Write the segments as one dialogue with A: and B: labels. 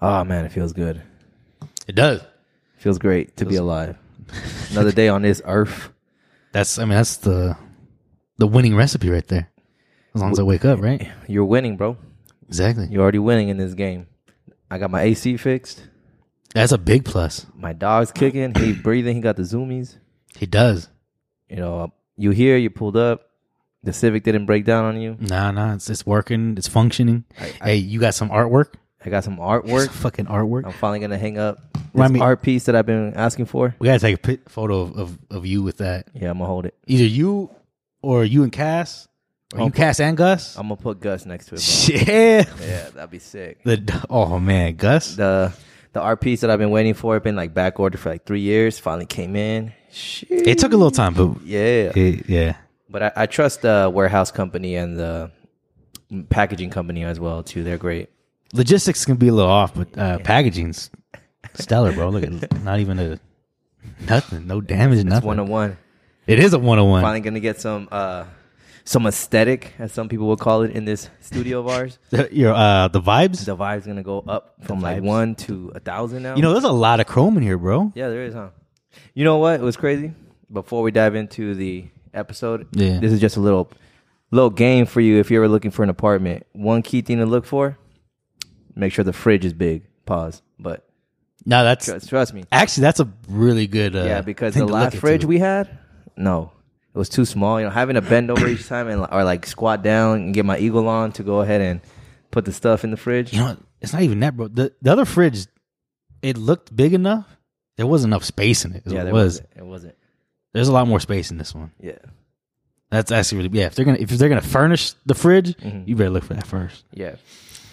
A: Oh man, it feels good.
B: It does.
A: Feels great to be alive. Another day on this earth.
B: That's I mean that's the the winning recipe right there. As long as I wake up, right?
A: You're winning, bro.
B: Exactly.
A: You're already winning in this game. I got my AC fixed.
B: That's a big plus.
A: My dog's kicking. He breathing. He got the zoomies.
B: He does.
A: You know, you here. You pulled up. The Civic didn't break down on you.
B: Nah, nah, it's it's working, it's functioning. hey, you got some artwork?
A: I got some
B: Some
A: artwork.
B: fucking artwork.
A: I'm finally gonna hang up this
B: Remind me-
A: art piece that I've been asking for.
B: We gotta take a pi- photo of, of, of you with that.
A: Yeah, I'm gonna hold it.
B: Either you or you and Cass, or you Cass and Gus.
A: I'm gonna put Gus next to it. Bro.
B: Shit.
A: Yeah, that'd be sick.
B: The oh man, Gus.
A: The the art piece that I've been waiting for, been like back ordered for like three years. Finally came in. Shit.
B: It took a little time, but
A: yeah.
B: it, yeah,
A: But I, I trust the warehouse company and the packaging company as well too. They're great.
B: logistics can be a little off, but uh, packaging's stellar, bro. Look, at- not even a nothing, no damage,
A: It's
B: nothing.
A: one on one.
B: it is a one on one.
A: Finally gonna get some uh some aesthetic, as some people will call it, in this studio of ours.
B: Your uh, the vibes.
A: The vibe's gonna go up from like
B: vibes.
A: one to a thousand now.
B: You know, there's a lot of chrome in here, bro.
A: Yeah, there is, huh? You know what? It was crazy. Before we dive into the episode,
B: Yeah.
A: this is just a little little game for you if you're ever looking for an apartment. One key thing to look for, make sure the fridge is big. Pause. But
B: No, that's
A: trust, trust me.
B: actually that's a really good. Uh,
A: yeah, because
B: thing
A: the
B: to look
A: last
B: into.
A: fridge we had, no. It was too small. You know, having to bend over each time and or like squat down and get my eagle on to go ahead and put the stuff in the fridge.
B: you know, it's not even that, bro. The the other fridge, it looked big enough. There wasn't enough space in it. Is
A: yeah,
B: what
A: there
B: it was.
A: wasn't. It wasn't.
B: There's a lot more space in this one.
A: Yeah.
B: That's actually really yeah. If they're gonna if they're gonna furnish the fridge,
A: Mm.
B: you better look for that first.
A: mm-hmm, Yeah.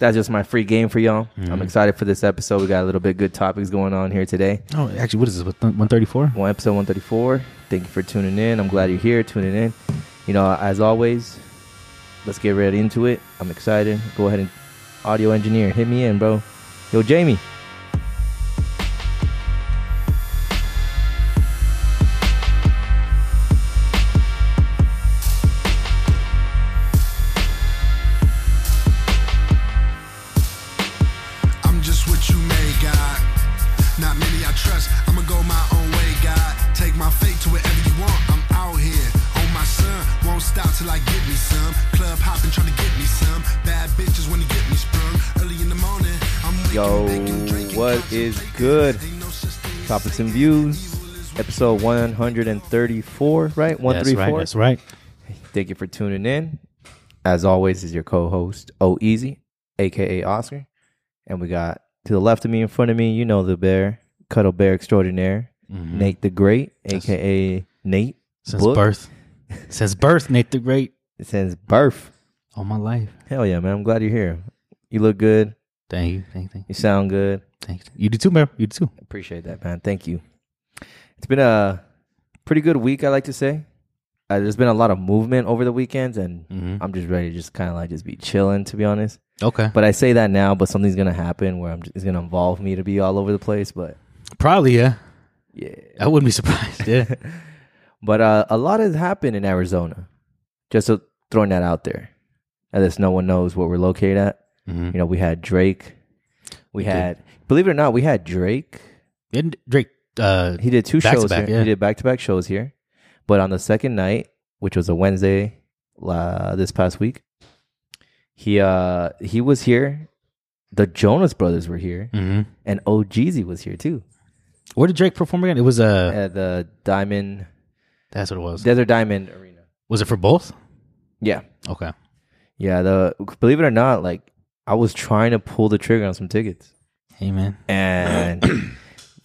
A: That's just my free game for y'all.
B: Mm-hmm.
A: I'm excited for this episode. We got a little bit good topics going on here today.
B: Oh, actually, what is this? One thirty four.
A: Well, episode 134. Thank you for tuning in. I'm glad you're here tuning in. You know, as always, let's get right into it. I'm excited. Go ahead and audio engineer, hit me in, bro. Yo, Jamie.
C: I'm just what you made, God. Not many I trust. I'ma go my own way, God. Take my fate to wherever you want. I'm out here on my son. Won't stop till I get me some. Club hopping, trying to get me some. Bad bitches wanna get me sprung. Early in the morning, I'm waking,
A: Yo,
C: baking, drinking,
A: what is
C: contemplating.
A: good?
C: Ain't no such thing as
A: Topics
C: faking.
A: and views. Episode 134, right? 134.
B: Right, that's right.
A: Thank you for tuning in. As always, is your co-host O Easy, aka Oscar, and we got to the left of me, in front of me, you know the bear, Cuddle Bear Extraordinaire,
B: Mm-hmm.
A: Nate the Great, aka Nate.
B: Since
A: Book.
B: birth, since birth, Nate the Great,
A: Since birth.
B: all my life.
A: Hell yeah, man! I'm glad you're here. You look good.
B: Thank you, thank you, thank you.
A: You sound good.
B: Thank you. You do too, man. You do too.
A: Appreciate that, man. Thank you. It's been a pretty good week, I like to say. Uh, there's been a lot of movement over the weekends, and
B: Mm-hmm.
A: I'm just ready to just kind of like just be chilling, to be honest.
B: Okay,
A: But I say that now, but something's gonna happen where I'm just, it's gonna involve me to be all over the place. But
B: probably yeah.
A: yeah,
B: I wouldn't be surprised. Yeah,
A: but uh, a lot has happened in Arizona. Just so throwing that out there, unless no one knows where we're located at.
B: Mm-hmm.
A: You know, we had Drake. We had, believe it or not, we had Drake.
B: and Drake. Uh,
A: He did two
B: Back to
A: shows
B: back,
A: here.
B: yeah.
A: He did back to back shows here. But on the second night, which was a Wednesday uh, this past week, he uh he was here. The Jonas Brothers were here,
B: mhm.
A: and OGZ was here too.
B: Where did Drake perform again? It was uh,
A: at the Diamond
B: that's what it was.
A: Desert Diamond Arena.
B: Was it for both?
A: Yeah,
B: Okay.
A: yeah. The believe it or not, like I was trying to pull the trigger on some tickets,
B: Hey man,
A: and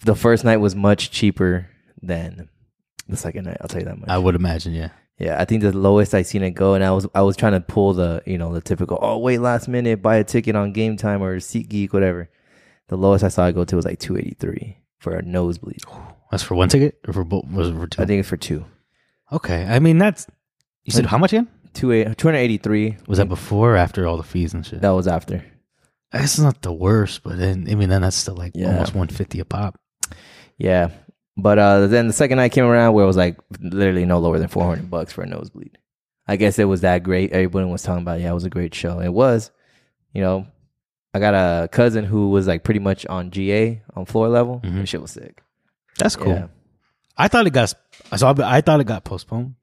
A: the first night was much cheaper than the second night. I'll tell you that much.
B: I would imagine. Yeah.
A: yeah, I think the lowest I seen it go, and I was I was trying to pull the you know the typical oh wait last minute buy a ticket on Game Time or SeatGeek whatever. The lowest I saw it go to was like two eighty three for a nosebleed.
B: That's for one ticket or for both? Was it for two?
A: I think it's for two
B: okay. I mean, that's. You said how much again?
A: two eight two hundred eighty three.
B: Was that before or after all the fees and shit?
A: That was after.
B: That's not the worst, but then, I mean, then that's still like
A: Yeah.
B: almost 150 a pop.
A: Yeah. But uh, then the second night came around where it was like literally no lower than 400 bucks for a nosebleed. I guess it was that great. Everyone was talking about, yeah, it was a great show. It was, you know, I got a cousin who was like pretty much on GA on floor level.
B: Mhm.
A: And shit was sick.
B: That's cool.
A: Yeah.
B: I thought it got so I, I thought it got postponed,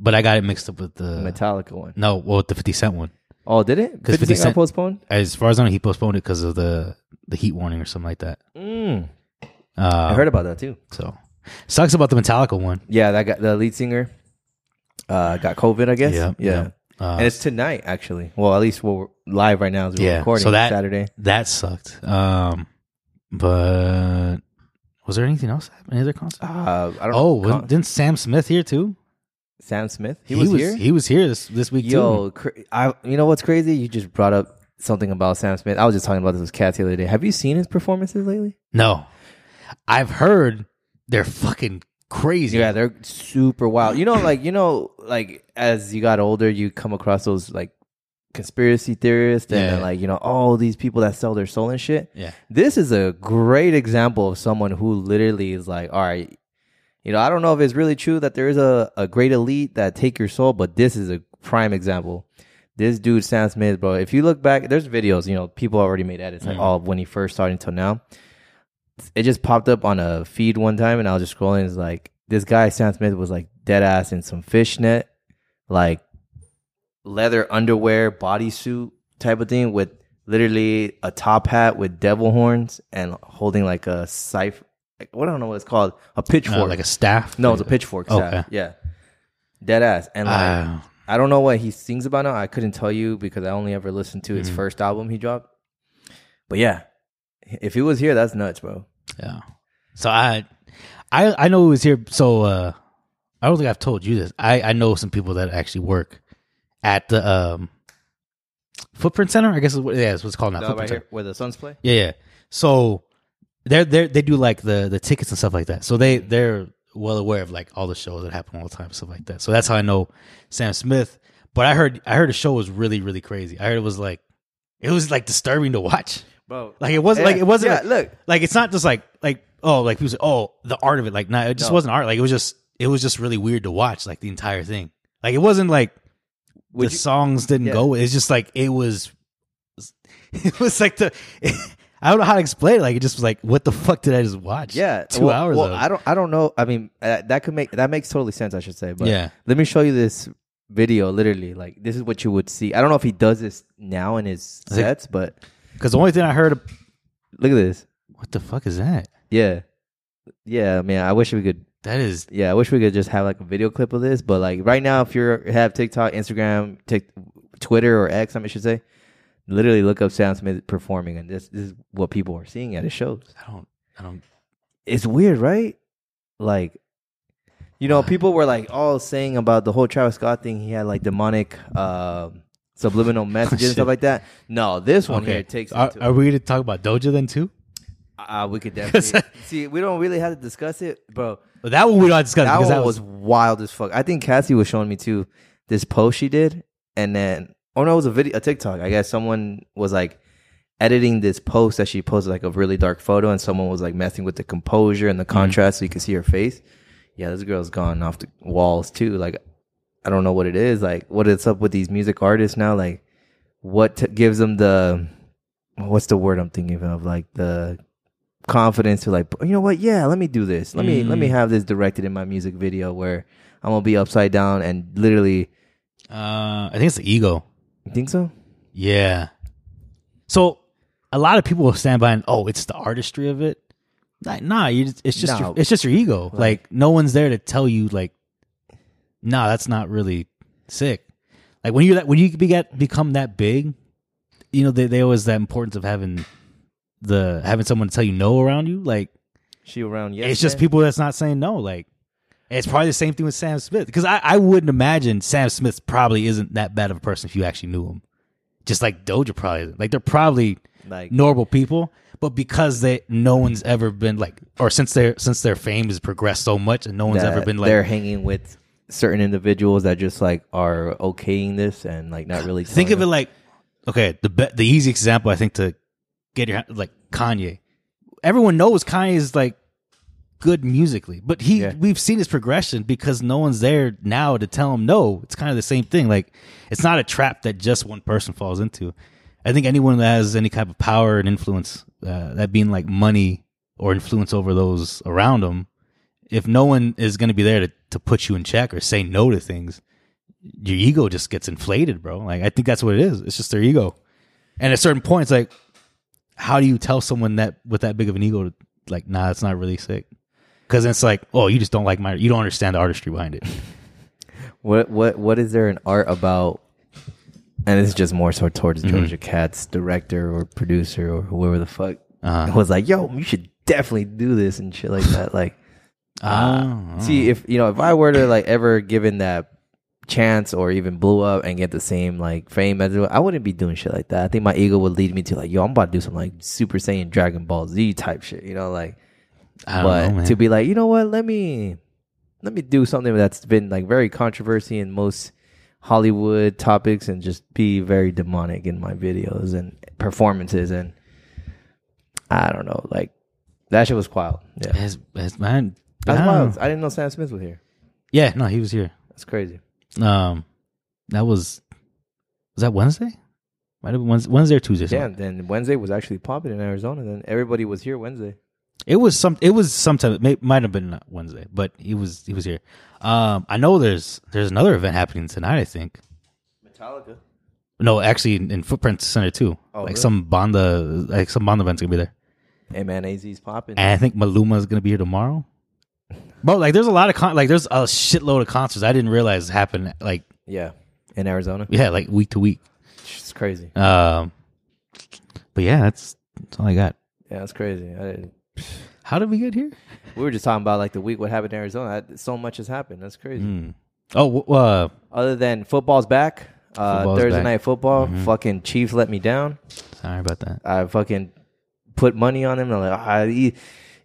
B: but I got it mixed up with the
A: Metallica one.
B: no, well, with the Fifty Cent one.
A: Oh, did it?
B: 'Cause
A: 50
B: 50
A: Cent
B: Cent-
A: got postponed?
B: As far as I know, he postponed it because of the the heat warning or something like that.
A: Mm,
B: Uh,
A: I heard about that too.
B: so sucks about the Metallica one.
A: Yeah, that got the lead singer uh, got COVID, I guess.
B: Yeah,
A: yeah.
B: yeah. Uh,
A: and it's tonight, actually. Well, at least we're live right now as we're
B: Yeah,
A: recording
B: so that-
A: Saturday.
B: That sucked. Um, but was there anything else? Any other concert?
A: Uh, I don't
B: oh,
A: know.
B: wasn't- didn't Sam Smith here too?
A: Sam Smith? He, was, here?
B: He was here this this week too.
A: Yo, cra- I, you know what's crazy? You just brought up something about Sam Smith. I was just talking about those cats the other day. Have you seen his performances lately?
B: No, I've heard they're fucking crazy.
A: Yeah, they're super wild. You know, like you know, like as you got older, you come across those like conspiracy theorists and
B: Yeah.
A: then, like you know all these people that sell their soul and shit.
B: yeah.
A: This is a great example of someone who literally is like, all right, you know, I don't know if it's really true that there is a, a great elite that take your soul, but this is a prime example. This dude, Sam Smith, bro, if you look back, there's videos, you know, people already made edits,
B: Mm-hmm.
A: like, all when he first started until now. It just popped up on a feed one time, and I was just scrolling. It's like, this guy, Sam Smith, was like dead ass in some fishnet, like leather underwear, bodysuit type of thing with literally a top hat with devil horns and holding like a scythe. Like, what I don't know what it's called, a pitchfork.
B: Uh, like a staff.
A: No, it's a pitchfork staff.
B: Okay.
A: Yeah. Dead ass. And like,
B: Uh,
A: I don't know what he sings about now. I couldn't tell you because I only ever listened to
B: Mm-hmm.
A: his first album he dropped. But yeah, if he was here, that's nuts, bro.
B: yeah. So I, I, I know he was here. So uh, I don't think I've told you this. I, I know some people that actually work at the um, Footprint Center. I guess is what yeah, it's what's called now. Footprint Center.
A: where the Suns play?
B: Yeah, yeah. So they're they they do like the the tickets and stuff like that. So they they're well aware of like all the shows that happen all the time, stuff like that. So that's how I know Sam Smith. But I heard I heard the show was really really crazy. I heard it was like it was like disturbing to watch.
A: Bro.
B: Like it wasn't like
A: Yeah,
B: it wasn't
A: yeah,
B: like,
A: look.
B: like it's not just like like oh like people say oh the art of it like not it just
A: No.
B: wasn't art like it was just it was just really weird to watch like the entire thing like it wasn't like
A: Would
B: the
A: you-
B: songs didn't
A: Yeah.
B: go it's just like it was it was like the I don't know how to explain it like it just was like what the fuck did I just watch
A: Yeah,
B: two
A: well-
B: hours
A: Well,
B: of
A: I don't, I don't know. I mean, uh, that could make that makes totally sense. I should say, but
B: Yeah.
A: let me show you this video. Literally, like this is what you would see. I don't know if he does this now in his
B: think-
A: sets, but
B: because the only thing I heard
A: look at this.
B: what the fuck is that
A: Yeah, yeah, man. I wish we could.
B: that is
A: Yeah, I wish we could just have like a video clip of this. But like right now, if you have TikTok, Instagram, Tik, Twitter, or X, I should say, literally look up Sam Smith performing, and this, this is what people are seeing at his shows.
B: I don't I don't
A: it's weird, right? Like, you know, people were like all saying about the whole Travis Scott thing. He had like demonic, um subliminal messages and
B: shit. Uh,
A: stuff like that. No, this one here takes.
B: are,
A: into,
B: are we gonna talk about Doja then too
A: uh, we could definitely see. We don't really have to discuss it, bro.
B: But that one we don't discuss
A: That
B: because
A: one
B: that
A: was, wild as fuck. I think Cassie was showing me too this post she did, and then oh no, it was a video, a TikTok. I guess someone was like editing this post that she posted, like a really dark photo, and someone was like messing with the composure and the contrast so you could see her face. Yeah, this girl's gone off the walls too. Like, I don't know what it is. Like, what is up with these music artists now? Like, what t- gives them the what's the word I'm thinking of? Like the confidence to like you know what yeah let me do this let me
B: Mm.
A: let me have this directed in my music video where i'm gonna be upside down and literally
B: uh, I think it's the ego
A: you think so
B: Yeah. So a lot of people will stand by and oh, it's the artistry of it. Like, nah, you just, it's just
A: No.
B: your, it's just your ego. Like, no one's there to tell you like, nah, that's not really sick. Like when you that when you be get, become that big, you know they they always that importance of having the having someone to tell you no around you. Like
A: she around yeah
B: it's just people that's not saying no. Like it's probably the same thing with Sam Smith because I, I wouldn't imagine Sam Smith probably isn't that bad of a person if you actually knew him. Just like Doja probably isn't. Like they're probably
A: like
B: normal people, but because they no one's ever been like, or since their since their fame has progressed so much and no one's
A: that
B: ever been
A: they're
B: like.
A: hanging with certain individuals that just like are okaying this and like not really
B: Think
A: telling
B: of it
A: them.
B: like okay, the be, the easy example I think to get your like Kanye. Everyone knows Kanye is like good musically, but he
A: Yeah.
B: we've seen his progression because no one's there now to tell him no. It's kind of the same thing. Like it's not a trap that just one person falls into. I think anyone that has any kind of power and influence, uh, that being like money or influence over those around them, if no one is going to be there to, to put you in check or say no to things, your ego just gets inflated, bro. Like, I think that's what it is. It's just their ego. And at certain points, like, how do you tell someone that with that big of an ego, to, like, nah, it's not really sick? Because it's like, oh, you just don't like my, you don't understand the artistry behind it.
A: What what what is there an art about? And it's just more so towards
B: Mm-hmm.
A: Georgia Cat's director or producer or whoever the fuck
B: Uh,
A: was like, "Yo, you should definitely do this" and shit like that. Like,
B: Ah,
A: see if you know if I were to like ever given that chance or even blew up and get the same like fame as I wouldn't be doing shit like that. I think my ego would lead me to like, "Yo, I'm about to do some like Super Saiyan Dragon Ball Z type shit," you know, like
B: I don't
A: but
B: know, man.
A: to be like, you know what? Let me let me do something that's been like very controversy in most Hollywood topics, and just be very demonic in my videos and performances, and I don't know, like that shit was wild. Yeah,
B: That's- that's- man,
A: that's
B: I don't
A: wild.
B: know.
A: I didn't know Sam Smith was here.
B: Yeah, no, he was here.
A: That's crazy.
B: Um, that was was that Wednesday? Might have been Wednesday, Wednesday or Tuesday. something.
A: Damn. Then Wednesday was actually popping in Arizona. Then everybody was here Wednesday.
B: It was some. It was sometime. It may, might have been not Wednesday, but he was he was here. Um, I know there's there's another event happening tonight. I think.
A: Metallica.
B: No, actually, in, in Footprint Center too.
A: Oh,
B: like
A: really?
B: some Banda, like some Banda event's gonna be there,
A: Hey man, AZ's popping.
B: and I think Maluma is gonna be here tomorrow. Bro, like there's a lot of con- like there's a shitload of concerts I didn't realize happened. Like
A: Yeah, in Arizona.
B: yeah, like week to week.
A: It's crazy.
B: Um, but yeah, that's that's all I got.
A: Yeah, it's crazy. I didn't,
B: How did we get here?
A: We were just talking about like the week what happened in Arizona. I- So much has happened. That's crazy.
B: Oh, w- uh,
A: Other than football's back, uh,
B: Football's
A: Thursday
B: back. Mm-hmm.
A: night football. Fucking Chiefs let me down.
B: sorry about that.
A: I fucking put money on them. And I'm like, ah, e-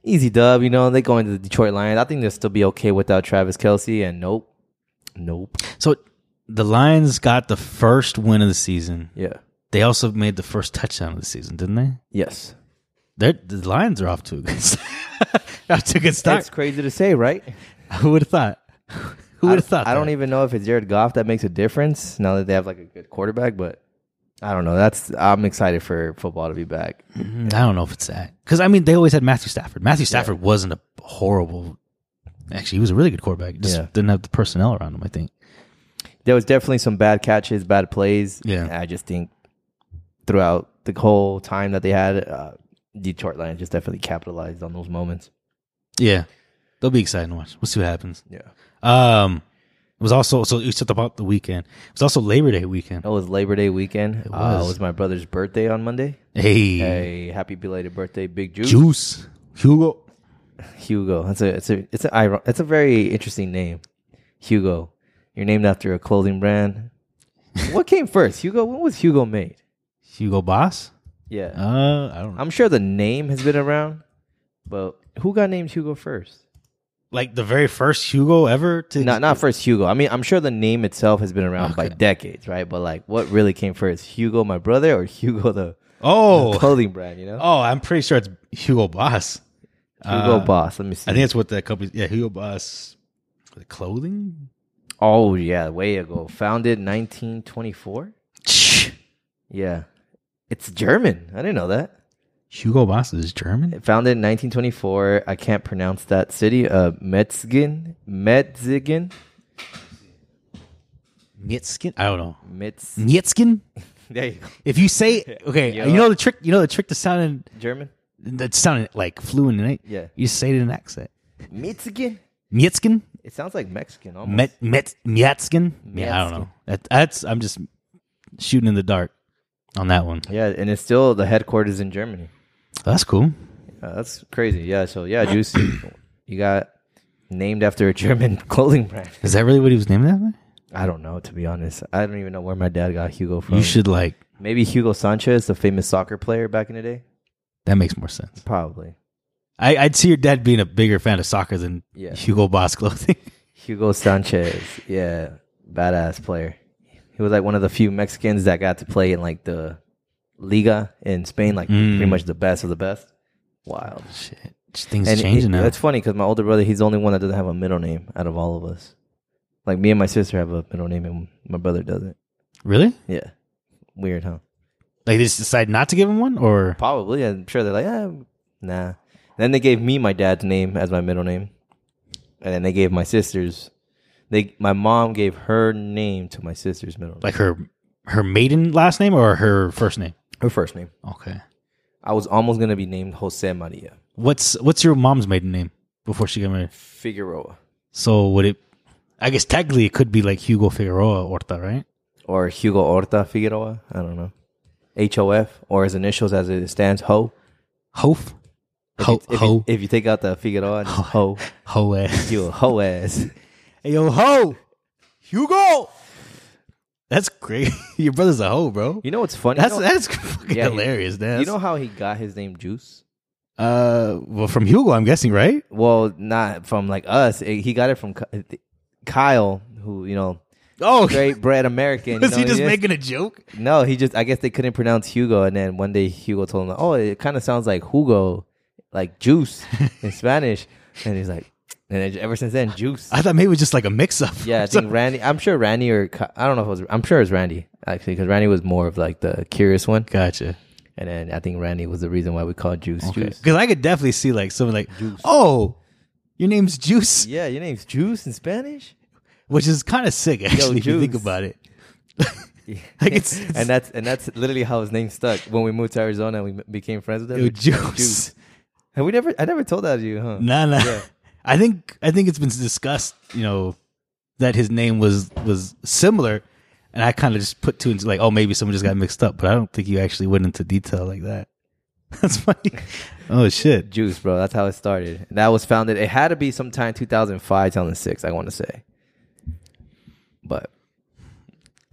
A: easy dub. You know they go into the Detroit Lions. I think they'll still be okay without Travis Kelsey. And nope, nope.
B: So the Lions got the first win of the season.
A: Yeah.
B: They also made the first touchdown of the season, didn't they?
A: Yes.
B: They're, the Lions are off to a good, off to a good
A: That's
B: start.
A: crazy to say, right?
B: Who would have thought? Who would have thought?
A: I don't
B: that?
A: even know if it's Jared Goff that makes a difference now that they have like a good quarterback, but. I don't know. That's I'm excited for football to be back.
B: I don't know if it's that because I mean they always had Matthew Stafford. Matthew Stafford wasn't a horrible. Actually, he was a really good quarterback. Just
A: Yeah.
B: didn't have the personnel around him. I think.
A: there was definitely some bad catches, bad plays.
B: Yeah.
A: And I just think throughout the whole time that they had, uh, Detroit Lions just definitely capitalized on those moments.
B: Yeah, they'll be exciting to watch. We'll see what happens.
A: Yeah.
B: Um, it was also so you talked about the weekend. It was also Labor Day weekend.
A: That was Labor Day weekend. It
B: was.
A: it was my brother's birthday on Monday.
B: Hey,
A: Hey, happy belated birthday, Big Juice.
B: Juice Hugo.
A: Hugo. That's a it's a it's a iron- it's a very interesting name. Hugo. You're named after a clothing brand. what came first? Hugo, when was Hugo made?
B: Hugo Boss?
A: Yeah.
B: Uh, I don't know.
A: I'm sure the name has been around, but who got named Hugo first?
B: Like the very first Hugo ever to
A: Not not first Hugo. I mean, I'm sure the name itself has been around by
B: Okay.
A: decades, right? But like, what really came first, Hugo, my brother, or Hugo the
B: Oh,
A: clothing brand? You know,
B: oh, I'm pretty sure it's Hugo Boss.
A: Hugo Boss. Let me see.
B: I think that's what that company. Yeah, Hugo Boss. The clothing.
A: oh yeah, way ago. Founded 1924. Yeah, it's German. I didn't know that.
B: Hugo Boss is German.
A: Founded in 1924. I can't pronounce that city. Uh, Metzgen, Metzgen,
B: Nitskin. I don't know.
A: Metz.
B: Nitskin.
A: There you go.
B: If you say okay,
A: Yeah.
B: you know the trick. You know the trick to sounding
A: German.
B: that sounded like fluent, right?
A: Yeah.
B: You say it in an accent.
A: Metzgen.
B: Nitskin.
A: It sounds like Mexican almost.
B: Met Met Miatskin. Yeah, I don't know. That, that's I'm just shooting in the dark on that one.
A: yeah, and it's still the headquarters in Germany.
B: That's cool.
A: Uh, that's crazy. Yeah. So yeah, Juice, you got named after a German clothing brand.
B: Is that really what he was named after?
A: I don't know, to be honest. I don't even know where my dad got Hugo from.
B: You should like
A: Maybe Hugo Sanchez, the famous soccer player back in the day.
B: that makes more sense.
A: Probably
B: I, I'd see your dad being a bigger fan of soccer than
A: Yeah.
B: Hugo Boss clothing.
A: Hugo Sanchez. Yeah, badass player. He was like one of the few Mexicans that got to play in like the Liga in Spain, like
B: Hmm.
A: pretty much the best of the best. Wild.
B: Shit, things
A: And
B: changing
A: it-
B: now.
A: It's funny because my older brother, he's the only one that doesn't have a middle name out of all of us. Like me and my sister have a middle name, and my brother doesn't.
B: Really?
A: Yeah, weird, huh?
B: Like they just decide not to give him one, or
A: Probably. I'm sure they're like, eh, nah. Then they gave me my dad's name as my middle name, and then they gave my sister's. They my mom gave her name to my sister's middle name,
B: like her her maiden last name or her first name.
A: her first name.
B: Okay.
A: I was almost gonna be named Jose Maria
B: What's what's your mom's maiden name before she got married?
A: Figueroa
B: So would it? I guess technically it could be like Hugo Figueroa Orta, right?
A: or Hugo Orta Figueroa. I don't know. H O F or his initials as it stands, Ho.
B: Hof,
A: If
B: ho,
A: you, if,
B: ho,
A: You, if you take out the Figueroa, just Ho,
B: ho, ass.
A: you a Ho ass.
B: Hey, yo, ho, Hugo. That's great. your brother's a hoe, bro.
A: You know what's funny?
B: That's
A: you know,
B: that's fucking
A: Yeah, you-
B: hilarious. That's,
A: you know how he got his name Juice?
B: uh, well, from Hugo, I'm guessing, right?
A: Well, not from like us. It- he got it from Ky- Kyle, who you know,
B: Oh,
A: great bred American. you
B: was he
A: know,
B: just
A: is-
B: making a joke?
A: No, he just. I guess they couldn't pronounce Hugo, and then one day Hugo told him, "Oh, it kind of sounds like Hugo, like juice in Spanish." And he's like, and then ever since then, juice.
B: I thought maybe it was just like a mix-up.
A: Yeah, I think Randy. I'm sure Randy or Ky- I don't know if it was. I'm sure it was Randy actually, because Randy was more of like the curious one,
B: gotcha.
A: and then I think Randy was the reason why we called juice juice.
B: Because I could definitely see like someone like, oh, your name's Juice,
A: Yeah, your name's Juice in Spanish.
B: which is kind of sick actually if you think
A: Juice.
B: about it. like it's, it's
A: and that's and that's literally how his name stuck. When we moved to Arizona, we m- became friends with him.
B: yo,
A: We-
B: Juice.
A: Have we never? I never told that to you, huh?
B: Nah, nah. I think I think it's been discussed, you know, that his name was was similar, and I kind of just put two into like, oh, maybe someone just got mixed up, but I don't think you actually went into detail like that. That's funny. oh shit.
A: Juice, bro. That's how it started. And that was founded. It had to be sometime 2005, 2006. I want to say, but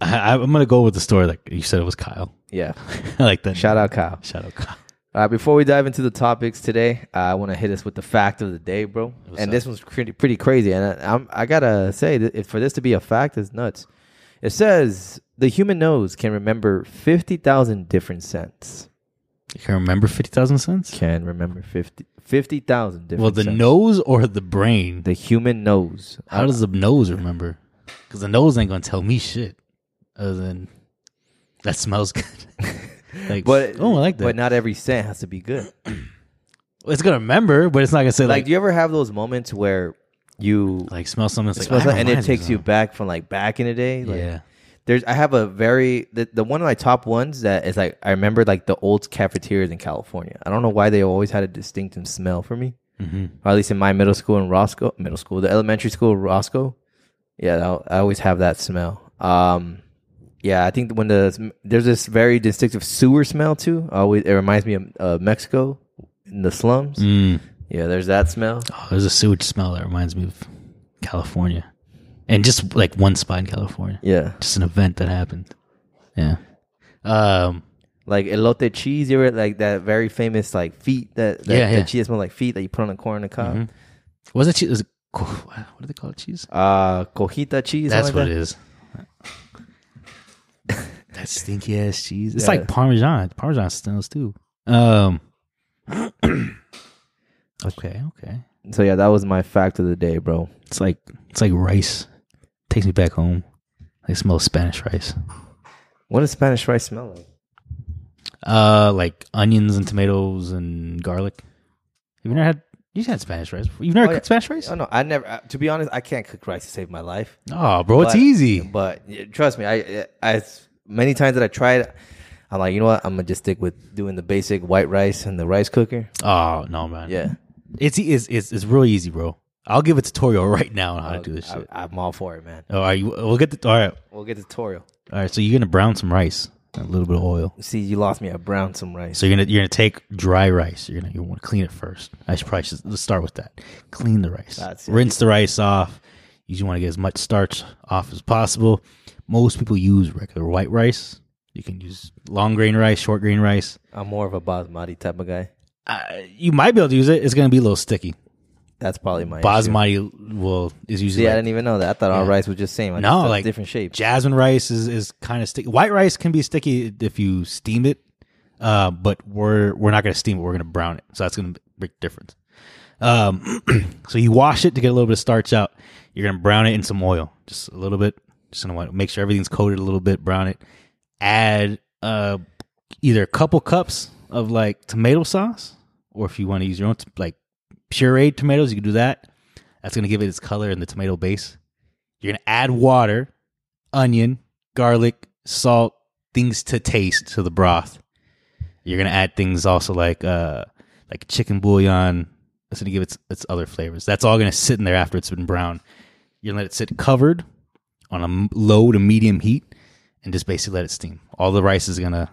B: I, I- I'm gonna go with the story. Like you said, it was Kyle.
A: yeah.
B: I like that.
A: Shout out, Kyle.
B: Shout out, Kyle.
A: All right, before we dive into the topics today, uh, I want to hit us with the fact of the day, bro. and this one's pretty, pretty crazy. And I, I'm, I gotta say, that if, for this to be a fact, is nuts. It says the human nose can remember 50,000 different scents.
B: You can remember fifty thousand cents?
A: Can remember 50 50,000 different
B: Well, the
A: scents.
B: nose or the brain?
A: The human nose.
B: How does the nose remember? Because the nose ain't gonna tell me shit other than that smells good. like,
A: But
B: oh, I like that.
A: But not every scent has to be good.
B: it's gonna remember, but it's not gonna say
A: Like,
B: like
A: do you ever have those moments where you
B: like smell something. It's like,
A: smell
B: "Oh,
A: something
B: that
A: and it
B: reminds me
A: takes you
B: of
A: back from like back in the day?
B: something."
A: Like,
B: yeah,
A: There's I have a very the, the one of my top ones that is like I remember like the old cafeterias in California. I don't know why they always had a distinctive smell for me.
B: Mm-hmm.
A: Or at least in my middle school in Roscoe, middle school, the elementary school in Roscoe. Yeah, that- I always have that smell. Um yeah, I think when the there's this very distinctive sewer smell too. Always it reminds me of uh, Mexico in the slums.
B: Mm.
A: Yeah, there's that smell.
B: Oh, there's a sewage smell that reminds me of California, and just like one spot in California,
A: Yeah,
B: just an event that happened. Yeah. Um.
A: like elote cheese. You were like that very famous like feet that, that
B: Yeah, yeah. Mm-hmm.
A: the cheese smell like feet that you put on a corn on the cob.
B: Was it cheese? Was it, co- what do they call it? Cheese?
A: Uh, cojita cheese.
B: That's
A: something
B: what
A: like
B: it is. that stinky ass cheese. It's
A: Yeah.
B: like Parmesan. Parmesan smells too. Um. okay. Okay.
A: that. So yeah, that was my fact of the day, bro.
B: It's like it's like rice. Takes me back home. I smell Spanish rice.
A: What does Spanish rice smell like?
B: Uh, like onions and tomatoes and garlic. You've never had you've had Spanish rice. Before. You've never
A: Oh, yeah.
B: cooked Spanish rice?
A: Oh no, I never. I- To be honest, I can't cook rice to save my life.
B: Oh, bro, it's
A: But-
B: easy.
A: But yeah, trust me, I, I, I- many times that I tried, I'm like, you know what? I'm gonna just stick with doing the basic white rice and the rice cooker.
B: Oh no, man.
A: Yeah,
B: it's e- it's it's, it's real easy, bro. I'll give a tutorial right now on how to do this shit.
A: I, I'm all for it, man.
B: Oh, are you? We'll get the all right.
A: We'll get the tutorial.
B: All right, so you're gonna brown some rice, a little bit of oil.
A: See, you lost me. I browned some rice.
B: So you're gonna you're gonna take dry rice. You're gonna you want to clean it first. I should probably should, let's start with that. Clean the rice.
A: That's it.
B: Rinse the rice off. You just want to get as much starch off as possible. Most people use regular white rice. You can use long grain rice, short grain rice.
A: I'm more of a basmati type of guy.
B: Uh, you might be able to use it. It's gonna be a little sticky.
A: That's probably my issue.
B: Basmati will is usually
A: See, I
B: like-
A: didn't even know that. I thought all rice was just same. I just
B: no
A: thought
B: like
A: different shape.
B: Jasmine rice is is kind of sticky. White rice can be sticky if you steam it, uh, but we're we're not gonna steam it. We're gonna brown it, so that's gonna be a big difference. Um, so you wash it to get a little bit of starch out. You're gonna brown it in some oil, just a little bit. Just gonna want make sure everything's coated a little bit. Brown it. Add uh, either a couple cups of like tomato sauce, or if you want to use your own t- like pureed tomatoes, you can do that. That's gonna give it its color and the tomato base. You're gonna add water, onion, garlic, salt, things to taste to the broth. You're gonna add things also like uh like chicken bouillon. That's gonna give its its other flavors. That's all gonna sit in there after it's been brown. You're gonna let it sit covered on a m- low to medium heat, and just basically let it steam. All the rice is gonna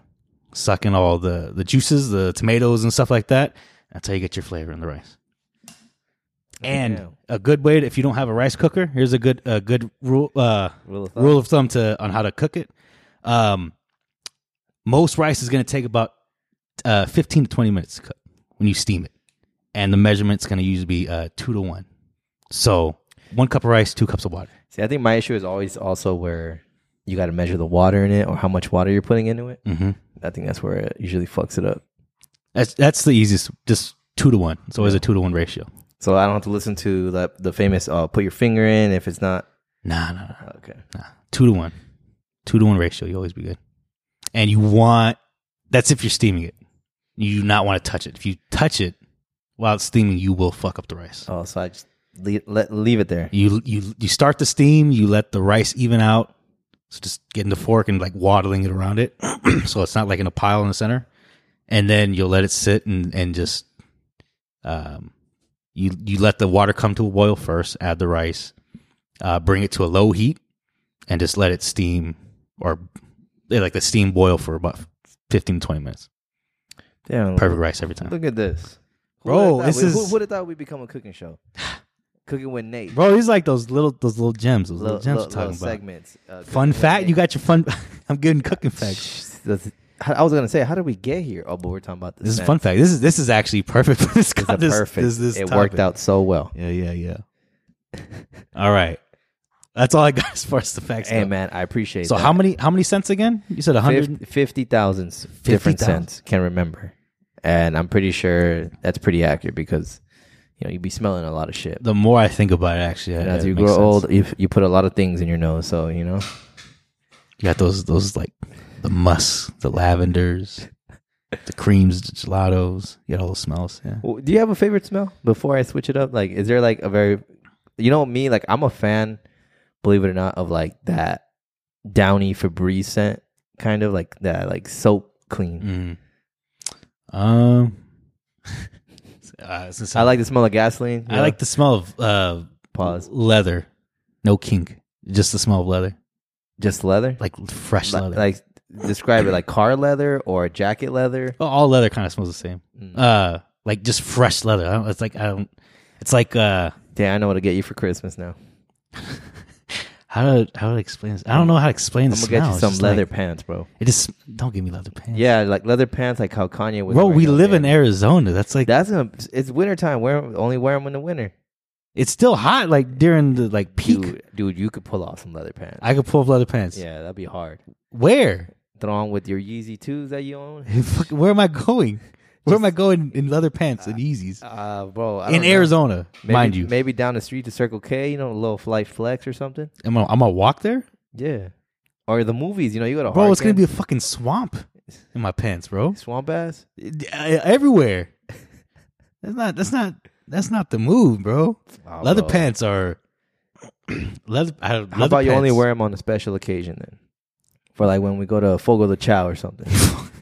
B: suck in all the the juices, the tomatoes and stuff like that. That's how you get your flavor in the rice. And
A: Yeah.
B: a good way, to, if you don't have a rice cooker, here's a good a good rule uh,
A: Rule of thumb.
B: rule of thumb to on how to cook it. Um, most rice is going to take about uh, 15 to 20 minutes to cook when you steam it, and the measurement's going to usually be uh, two to one. So one cup of rice, two cups of water.
A: See, I think my issue is always also where you got to measure the water in it or how much water you're putting into it.
B: Mm-hmm.
A: I think that's where it usually fucks it up.
B: That's that's the easiest. Just two to one. It's always a two to one ratio.
A: So I don't have to listen to the the famous uh, "put your finger in" if it's not
B: Nah, nah, nah.
A: okay.
B: two to one, two to one ratio. You always be good, and you want that's if you're steaming it. You do not want to touch it. If you touch it while it's steaming, you will fuck up the rice.
A: Oh, so I just leave, let, leave it there.
B: You you you start the steam. You let the rice even out. So just getting the fork and like waddling it around it, so it's not like in a pile in the center. And then you'll let it sit and and just um you you let the water come to a boil first. Add the rice. Uh, bring it to a low heat and just let it steam or yeah, like the steam boil for about 15 to 20 minutes.
A: Damn,
B: Perfect rice every time.
A: Look at this, Who would've
B: Bro,
A: thought
B: this
A: we- who
B: is-
A: would have thought we'd become a cooking show? cooking with Nate,
B: Bro, these like those little those little gems, those little,
A: Little-
B: gems
A: little-
B: we're talking
A: little
B: about.
A: segments. uh,
B: Fun
A: cooking with
B: fact, you
A: Nate.
B: got your fun I'm getting cooking facts.
A: That's- I was gonna say, how did we get here? Oh, but we're talking about this.
B: This is
A: now.
B: fun fact. This is this is actually perfect for this
A: This is
B: con- this,
A: perfect.
B: This, this
A: it
B: topic.
A: worked out so well.
B: Yeah, yeah, yeah. all right. That's all I got as far as the facts.
A: Hey
B: go.
A: man, I appreciate.
B: so
A: that.
B: how many how many cents again? You said 100
A: Fif- fifty thousand different
B: 50,000.
A: cents can remember, and I'm pretty sure that's pretty accurate because you know you'd be smelling a lot of shit.
B: The more I think about it actually,
A: And
B: I-
A: as
B: it
A: you grow
B: makes sense.
A: old, you, you put a lot of things in your nose, so you know.
B: You got those those like the musks, the lavenders, the creams, the gelatos. You got all those smells. Yeah.
A: Well, Do you have a favorite smell? Before I switch it up, like is there like a very, you know me, like I'm a fan, believe it or not, of like that downy Febreze scent, kind of like that, like soap clean.
B: Mm. Um. uh, it's
A: I like the smell of gasoline.
B: I like the smell of uh,
A: Pause.
B: leather. No kink. Just the smell of leather,
A: just leather,
B: like fresh
A: Like-
B: leather.
A: like describe it like car leather or jacket leather.
B: Oh, all leather kind of smells the same.
A: Mm.
B: Uh, like just fresh leather. I don't, it's like I don't. It's like uh,
A: Damn, I know what to get you for Christmas now.
B: how do how do I explain this? I don't know how to explain
A: I'm
B: this.
A: gonna get you some leather pants, bro.
B: it just don't give me leather pants.
A: Yeah, like leather pants, like how Kanye was.
B: Bro,
A: wearing
B: we
A: out
B: live
A: there.
B: in Arizona. That's like
A: That's gonna. It's wintertime. Wear only wear them in the winter.
B: it's still hot like during the like peak.
A: Dude, dude, you could pull off some leather pants.
B: I could pull up leather pants.
A: yeah, that'd be hard.
B: Where?
A: Throw on with your Yeezy twos that you own,
B: Fuck, Where am I going? Where am I going in leather pants and Yeezys?
A: uh, bro. I
B: in
A: don't know.
B: Arizona,
A: Maybe-
B: mind you.
A: maybe down the street to Circle K. You know, a little flight flex or something.
B: I'm gonna, I'm gonna walk there?
A: Yeah, or the movies. You know, you go to
B: Bro, it's gonna
A: Hard
B: be a fucking swamp in my pants, bro.
A: Can, swamp ass.
B: Uh, Everywhere. That's not that's not that's not the move, bro.
A: Nah,
B: leather
A: bro.
B: pants are leather, I, leather
A: How about you only
B: pants-
A: wear them on a special occasion then, for like when we go to Fogo de Chao or something.
B: That's-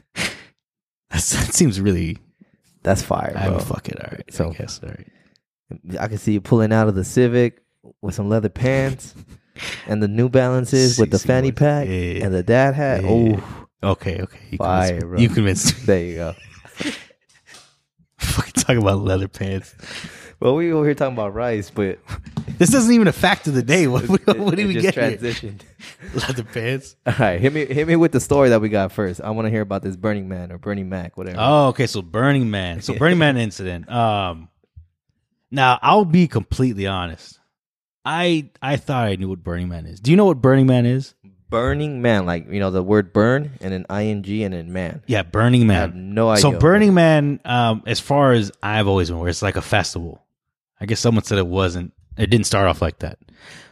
B: that seems really
A: That's fire,
B: I
A: bro.
B: would fuck it. All right. So
A: So-
B: I guess. All right.
A: I can see you pulling out of the Civic with some leather pants and the New Balances with the
B: Sexy
A: fanny
B: boy.
A: pack
B: Yeah.
A: and the dad hat.
B: Yeah.
A: Oh,
B: Okay, okay. You
A: Fire,
B: convinced me.
A: bro.
B: You convinced me.
A: there you go.
B: Fucking talking about leather pants.
A: Well, we were here talking about rice, but
B: This isn't even a fact of the day. What, what,
A: it,
B: what
A: it
B: did we
A: just
B: get here?
A: transitioned.
B: Leather pants.
A: All right, hit me, hit me with the story that we got first. I want to hear about this Burning Man or Burning Mac, whatever.
B: Oh, okay. So Burning Man. So Burning Man incident. Um, now I'll be completely honest. I I thought I knew what Burning Man is. Do you know what Burning Man is?
A: Burning Man, like you know the word burn and an ing and then man.
B: Yeah, Burning Man.
A: I have no idea.
B: So Burning Man, um, as far as I've always been aware, it's like a festival. I guess someone said it wasn't. It didn't start off like that.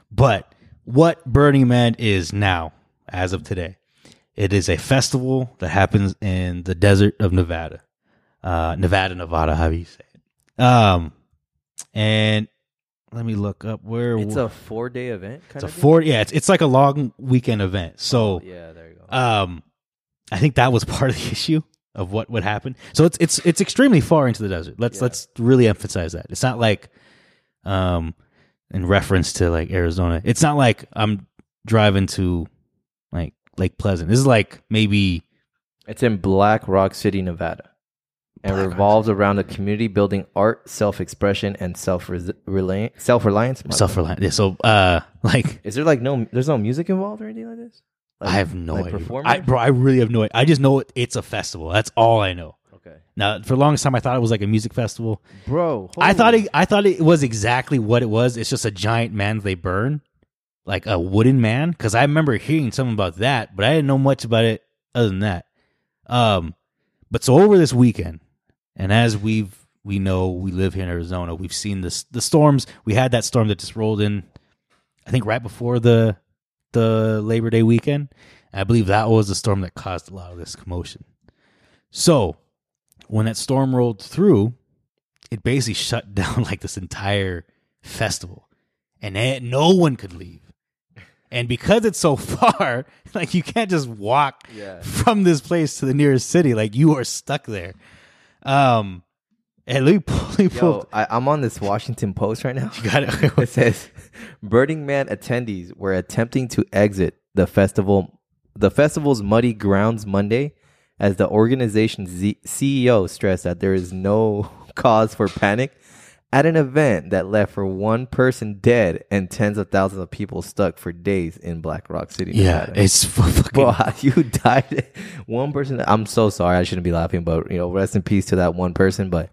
B: But what Burning Man is now, as of today, It is a festival that happens in the desert of Nevada, uh, Nevada, Nevada, however you say it. Um, and let me look up where
A: It's a four day event. Kind
B: it's a
A: of thing?
B: four. Yeah, it's, it's like a long weekend event. So
A: Oh, Yeah, there you go.
B: um, I think that was part of the issue of what would happen. So it's it's it's extremely far into the desert. Let's
A: Yeah.
B: let's really emphasize that. It's not like, um, in reference to like Arizona, it's not like I'm driving to like Lake Pleasant. This is like maybe
A: It's in Black Rock City, Nevada, and
B: Black Rock
A: revolves around a community building art, self expression, and self self reliance.
B: self reliant. Yeah, so uh, like
A: Is there like no? There's no music involved or anything like this. Like-
B: I have no
A: like
B: idea.
A: performers?
B: I, bro, I really have no idea. I just know it, it's a festival. That's all I know.
A: okay,
B: Now, for the longest time, I thought it was like a music festival.
A: bro.
B: I thought
A: holy-
B: it, I thought it was exactly what it was. It's just a giant man they burn, like a wooden man. Because I remember hearing something about that, but I didn't know much about it other than that. Um, but so over this weekend, and as we've we know we live here in Arizona, we've seen this the storms. We had that storm that just rolled in, I think right before the the Labor Day weekend. I believe that was the storm that caused a lot of this commotion. So when that storm rolled through, it basically shut down like this entire festival and then no one could leave and because it's so far like you can't just walk
A: Yeah.
B: from this place to the nearest city like you are stuck there um and let me pull, let me
A: Yo,
B: pull
A: I, I'm on this Washington Post right now.
B: you got
A: it
B: it
A: says Burning Man attendees were attempting to exit the festival the festival's muddy grounds Monday as the organization's Z- CEO stressed that there is no cause for panic at an event that left for one person dead and tens of thousands of people stuck for days in Black Rock City.
B: yeah
A: Nevada.
B: it's fu- fucking
A: Bro, you died. One person. I'm so sorry. I shouldn't be laughing, but you know, rest in peace to that one person. But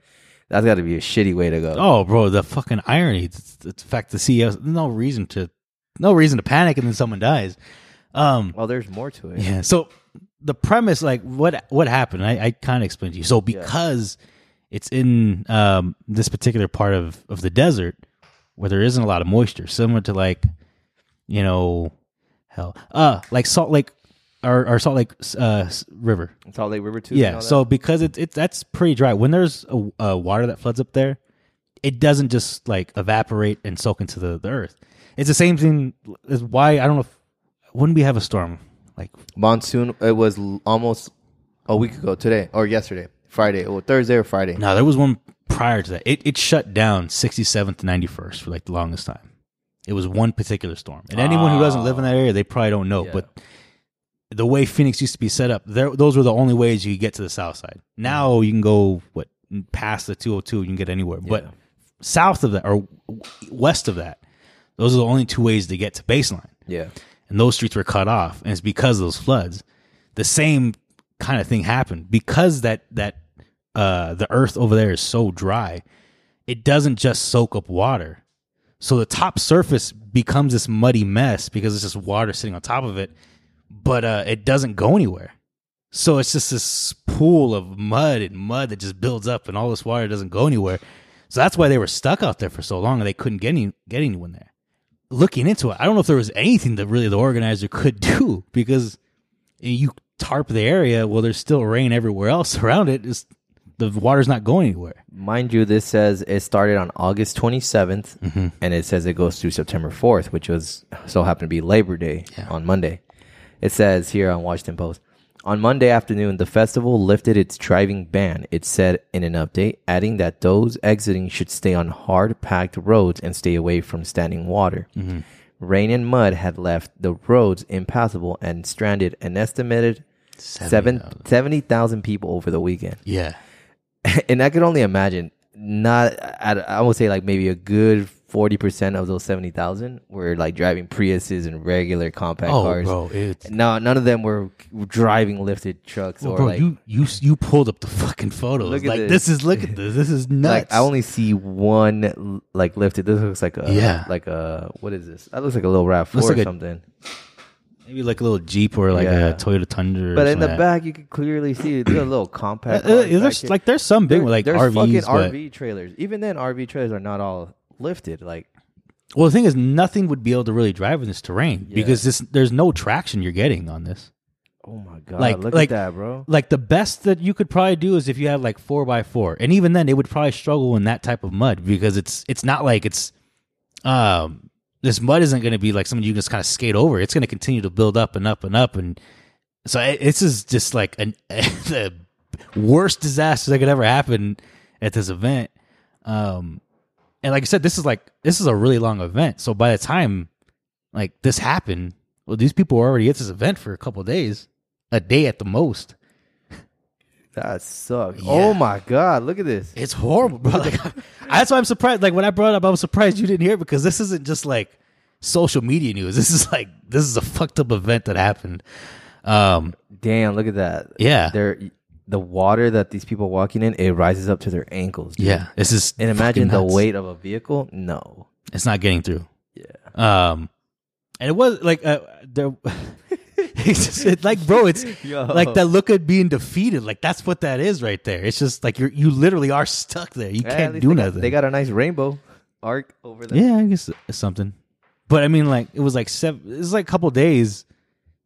A: that's got to be a shitty way to go.
B: oh bro the fucking irony it's, it's the fact the ceo no reason to no reason to panic and then someone dies um
A: Well, Oh, there's more to it.
B: Yeah. So the premise, like what what happened, I, I kind of explained to you. So because it's in um, this particular part of of the desert where there isn't a lot of moisture, similar to like you know hell, uh, like Salt Lake or, or Salt Lake uh, s- River.
A: Salt Lake River too.
B: Yeah. So because it's it's that's pretty dry. When there's a, uh water that floods up there, it doesn't just like evaporate and soak into the, the earth. It's the same thing as why I don't know. If, when we have a storm, like
A: monsoon. It was l- almost a week ago today or yesterday, Friday or Thursday or Friday.
B: No, there was one prior to that. It it shut down 67th to 91st for like the longest time. It was one particular storm. And anyone who doesn't live in that area, they probably don't know.
A: Yeah.
B: But the way Phoenix used to be set up, there those were the only ways you could get to the south side. Now you can go what past the 202, you can get anywhere. But south of that or w- west of that, those are the only two ways to get to baseline
A: Yeah,
B: and those streets were cut off and it's because of those floods the same kind of thing happened because that that uh the earth over there is so dry it doesn't just soak up water so the top surface becomes this muddy mess because it's just water sitting on top of it but uh it doesn't go anywhere so it's just this pool of mud and mud that just builds up and all this water doesn't go anywhere so that's why they were stuck out there for so long and they couldn't get any get anyone there looking into it, I don't know if there was anything that really the organizer could do because you tarp the area. Well, there's still rain everywhere else around it. It's, the water's not going anywhere.
A: mind you, this says it started on August 27th, and it says it goes through September 4th, which was so happened to be Labor Day on Monday. It says here on Washington Post. On Monday afternoon, the festival lifted its driving ban, it said in an update, adding that those exiting should stay on hard packed roads and stay away from standing water. Rain and mud had left the roads impassable and stranded an estimated seven- 70,000 people over the weekend.
B: Yeah.
A: and I could only imagine not I, I would say like maybe a good 40% of those 70,000 were like driving Priuses and regular compact
B: Oh,
A: cars.
B: bro, it's
A: No, none of them were driving lifted trucks
B: well,
A: or
B: bro,
A: like
B: you you you pulled up the fucking photos.
A: Look at
B: like
A: this.
B: this. is look at this. This is nuts.
A: like I only see one like lifted. This looks like a
B: Yeah.
A: like a what is this? That looks like a little Rav4
B: Looks
A: or
B: like a-
A: something.
B: maybe like a little Jeep or like
A: Yeah.
B: a Toyota Tundra. or
A: But in the
B: something like
A: back you could clearly see the little compact
B: that. Uh,
A: cars back
B: uh, there's
A: here.
B: like there's some big
A: There-
B: like
A: there's
B: RVs,
A: fucking
B: but-
A: RV trailers. Even then RV trailers are not all lifted like
B: Well, the thing is, nothing would be able to really drive in this terrain because this, there's no traction you're getting on this.
A: Oh my god!
B: Like-
A: look
B: like-
A: at that, bro.
B: Like the best that you could probably do is if you have like four by four, and even then, it would probably struggle in that type of mud because it's it's not like it's um this mud isn't going to be like something you can just kind of skate over. It's going to continue to build up and up and up, and so it, this is just like an the worst disaster that could ever happen at this event. Um, and like I said, this is like this is a really long event. So by the time like this happened, well, these people were already at this event for a couple of days, a day at the most.
A: That sucks. Oh
B: Yeah.
A: my god! Look at this.
B: It's horrible, bro. Like, that's why I'm surprised. Like when I brought it up, I was surprised you didn't hear it because this isn't just like social media news. This is like this is a fucked up event that happened. Um,
A: Damn! Look at that.
B: yeah,
A: They're the water that these people walking in. It rises up to their ankles. dude.
B: yeah. This is
A: And imagine
B: fucking
A: the
B: nuts.
A: weight of a vehicle. No.
B: It's not getting through.
A: Yeah.
B: Um, and it was like uh, there. it's just, it, like bro, it's
A: Yo.
B: like that look at being defeated. Like that's what that is right there. It's just like you are you literally are stuck there. You
A: Eh, at
B: can't
A: least
B: do
A: they got-
B: nothing.
A: they got a nice rainbow arc over there.
B: yeah, I guess it's something. But I mean, like it was like seven. It was like a couple days,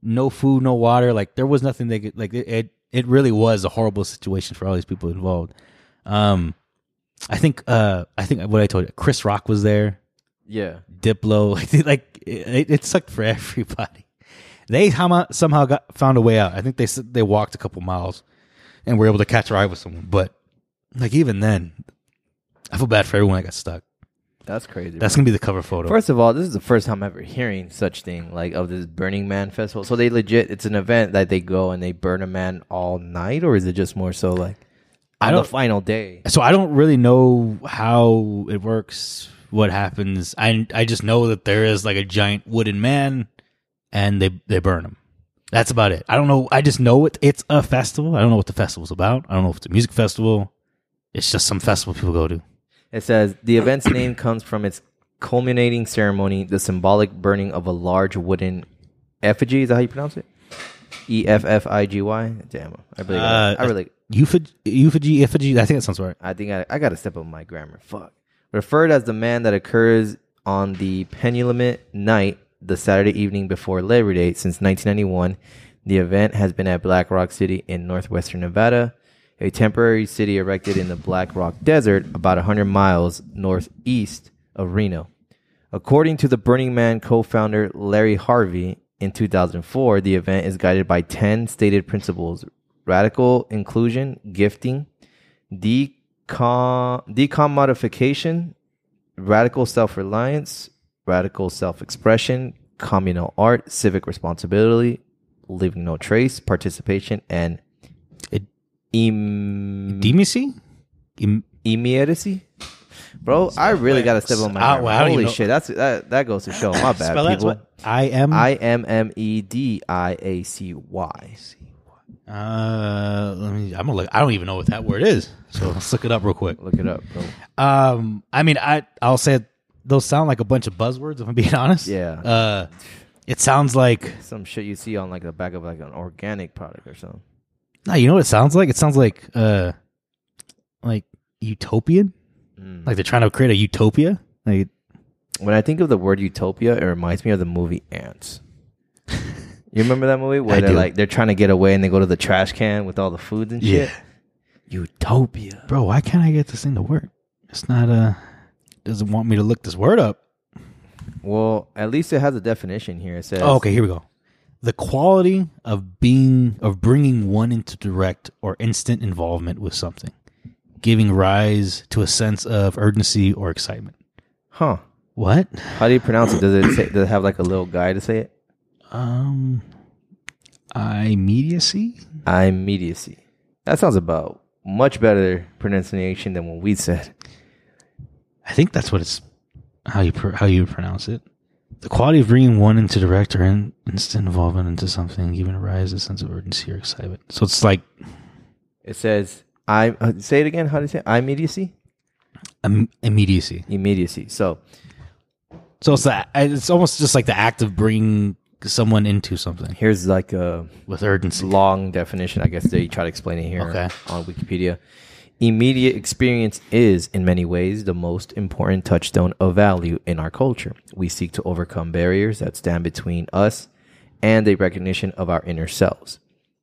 B: no food, no water. Like there was nothing they could. Like it, it, it really was a horrible situation for all these people involved. Um, I think uh, I think what I told you, Chris Rock was there.
A: Yeah.
B: Diplo, like, they- like it, it sucked for everybody. They somehow somehow got found a way out. I think they s- they walked a couple miles and were able to catch a ride with someone. But like even then, I feel bad for everyone that got stuck.
A: That's crazy.
B: That's gonna be the cover photo.
A: First of all, this is the first time ever hearing such thing like of this Burning Man festival. So they legit, it's an event that they go and they burn a man all night, or is it just more so like
B: I
A: on the
B: don't-
A: final day?
B: so I don't really know how it works, what happens. I I just know that there is like a giant wooden man, and they they burn him. That's about it. I don't know. I just know it. It's a festival. I don't know what the festival's about. I don't know if it's a music festival. It's just some festival people go to.
A: It says the event's name comes from its culminating ceremony, the symbolic burning of a large wooden effigy. Is that how you pronounce it? E F F I G Y. Damn, I really,
B: Uh,
A: gotta, I really,
B: Euphig- Euphig- effigy. I think that sounds right.
A: I think I, I got to step up my grammar. Fuck. Referred as the man that occurs on the penultimate night, the Saturday evening before Labor Day, since 1991. The event has been at Black Rock City in northwestern Nevada, a temporary city erected in the Black Rock Desert, about 100 miles northeast of Reno. According to the Burning Man co founder Larry Harvey, in 2004, the event is guided by 10 stated principles radical inclusion, gifting, decom, decom modification, radical self reliance, radical self expression, communal art, civic responsibility, leaving no trace, participation, and e-,
B: It-
A: em-
B: Demacy? Em-
A: immediacy. Bro, I really got to step on my
B: I-
A: grammar.
B: well, I don't even
A: Holy
B: know-
A: shit, that's that, that goes to show. My bad,
B: spell that.
A: people.
B: I am.
A: I M M E D I A C Y.
B: uh, let me. I'm gonna look. I don't even know what that word is. So let's look it up real quick.
A: Look it up, bro.
B: Um, I mean, I I'll say it- those sound like a bunch of buzzwords. If I'm being honest,
A: Yeah.
B: Uh, it sounds like
A: Some shit you see on like the back of like an organic product or something.
B: no. You know what it sounds like? It sounds like uh, like utopian. Like they're trying to create a utopia. Like
A: When I think of the word utopia, it reminds me of the movie Ants. You remember that movie where
B: I
A: they're
B: do.
A: like they're trying to get away and they go to the trash can with all the foods and shit?
B: Yeah.
A: Utopia.
B: bro, why can't I get this thing to work? It's not uh doesn't want me to look this word up.
A: Well, at least it has a definition here. It says
B: Oh, okay, here we go. The quality of being of bringing one into direct or instant involvement with something, giving rise to a sense of urgency or excitement.
A: Huh.
B: What?
A: How do you pronounce it? Does it say, does it have like a little guy to say it?
B: Um, immediacy.
A: Immediacy. That sounds about much better pronunciation than what we said.
B: I think that's what it's how you pr- how you pronounce it. The quality of bringing one into direct or in, instant involvement into something, giving rise to a sense of urgency or excitement. So it's like
A: It says I uh, say it again. How do you say it? immediacy?
B: im- immediacy.
A: Immediacy. So
B: So it's that it's almost just like the act of bringing someone into something
A: here's like a
B: with urgency.
A: long definition. I guess they try to explain it here
B: Okay.
A: on Wikipedia. Immediate experience is, in many ways, the most important touchstone of value in our culture. We seek to overcome barriers that stand between us and a recognition of our inner selves.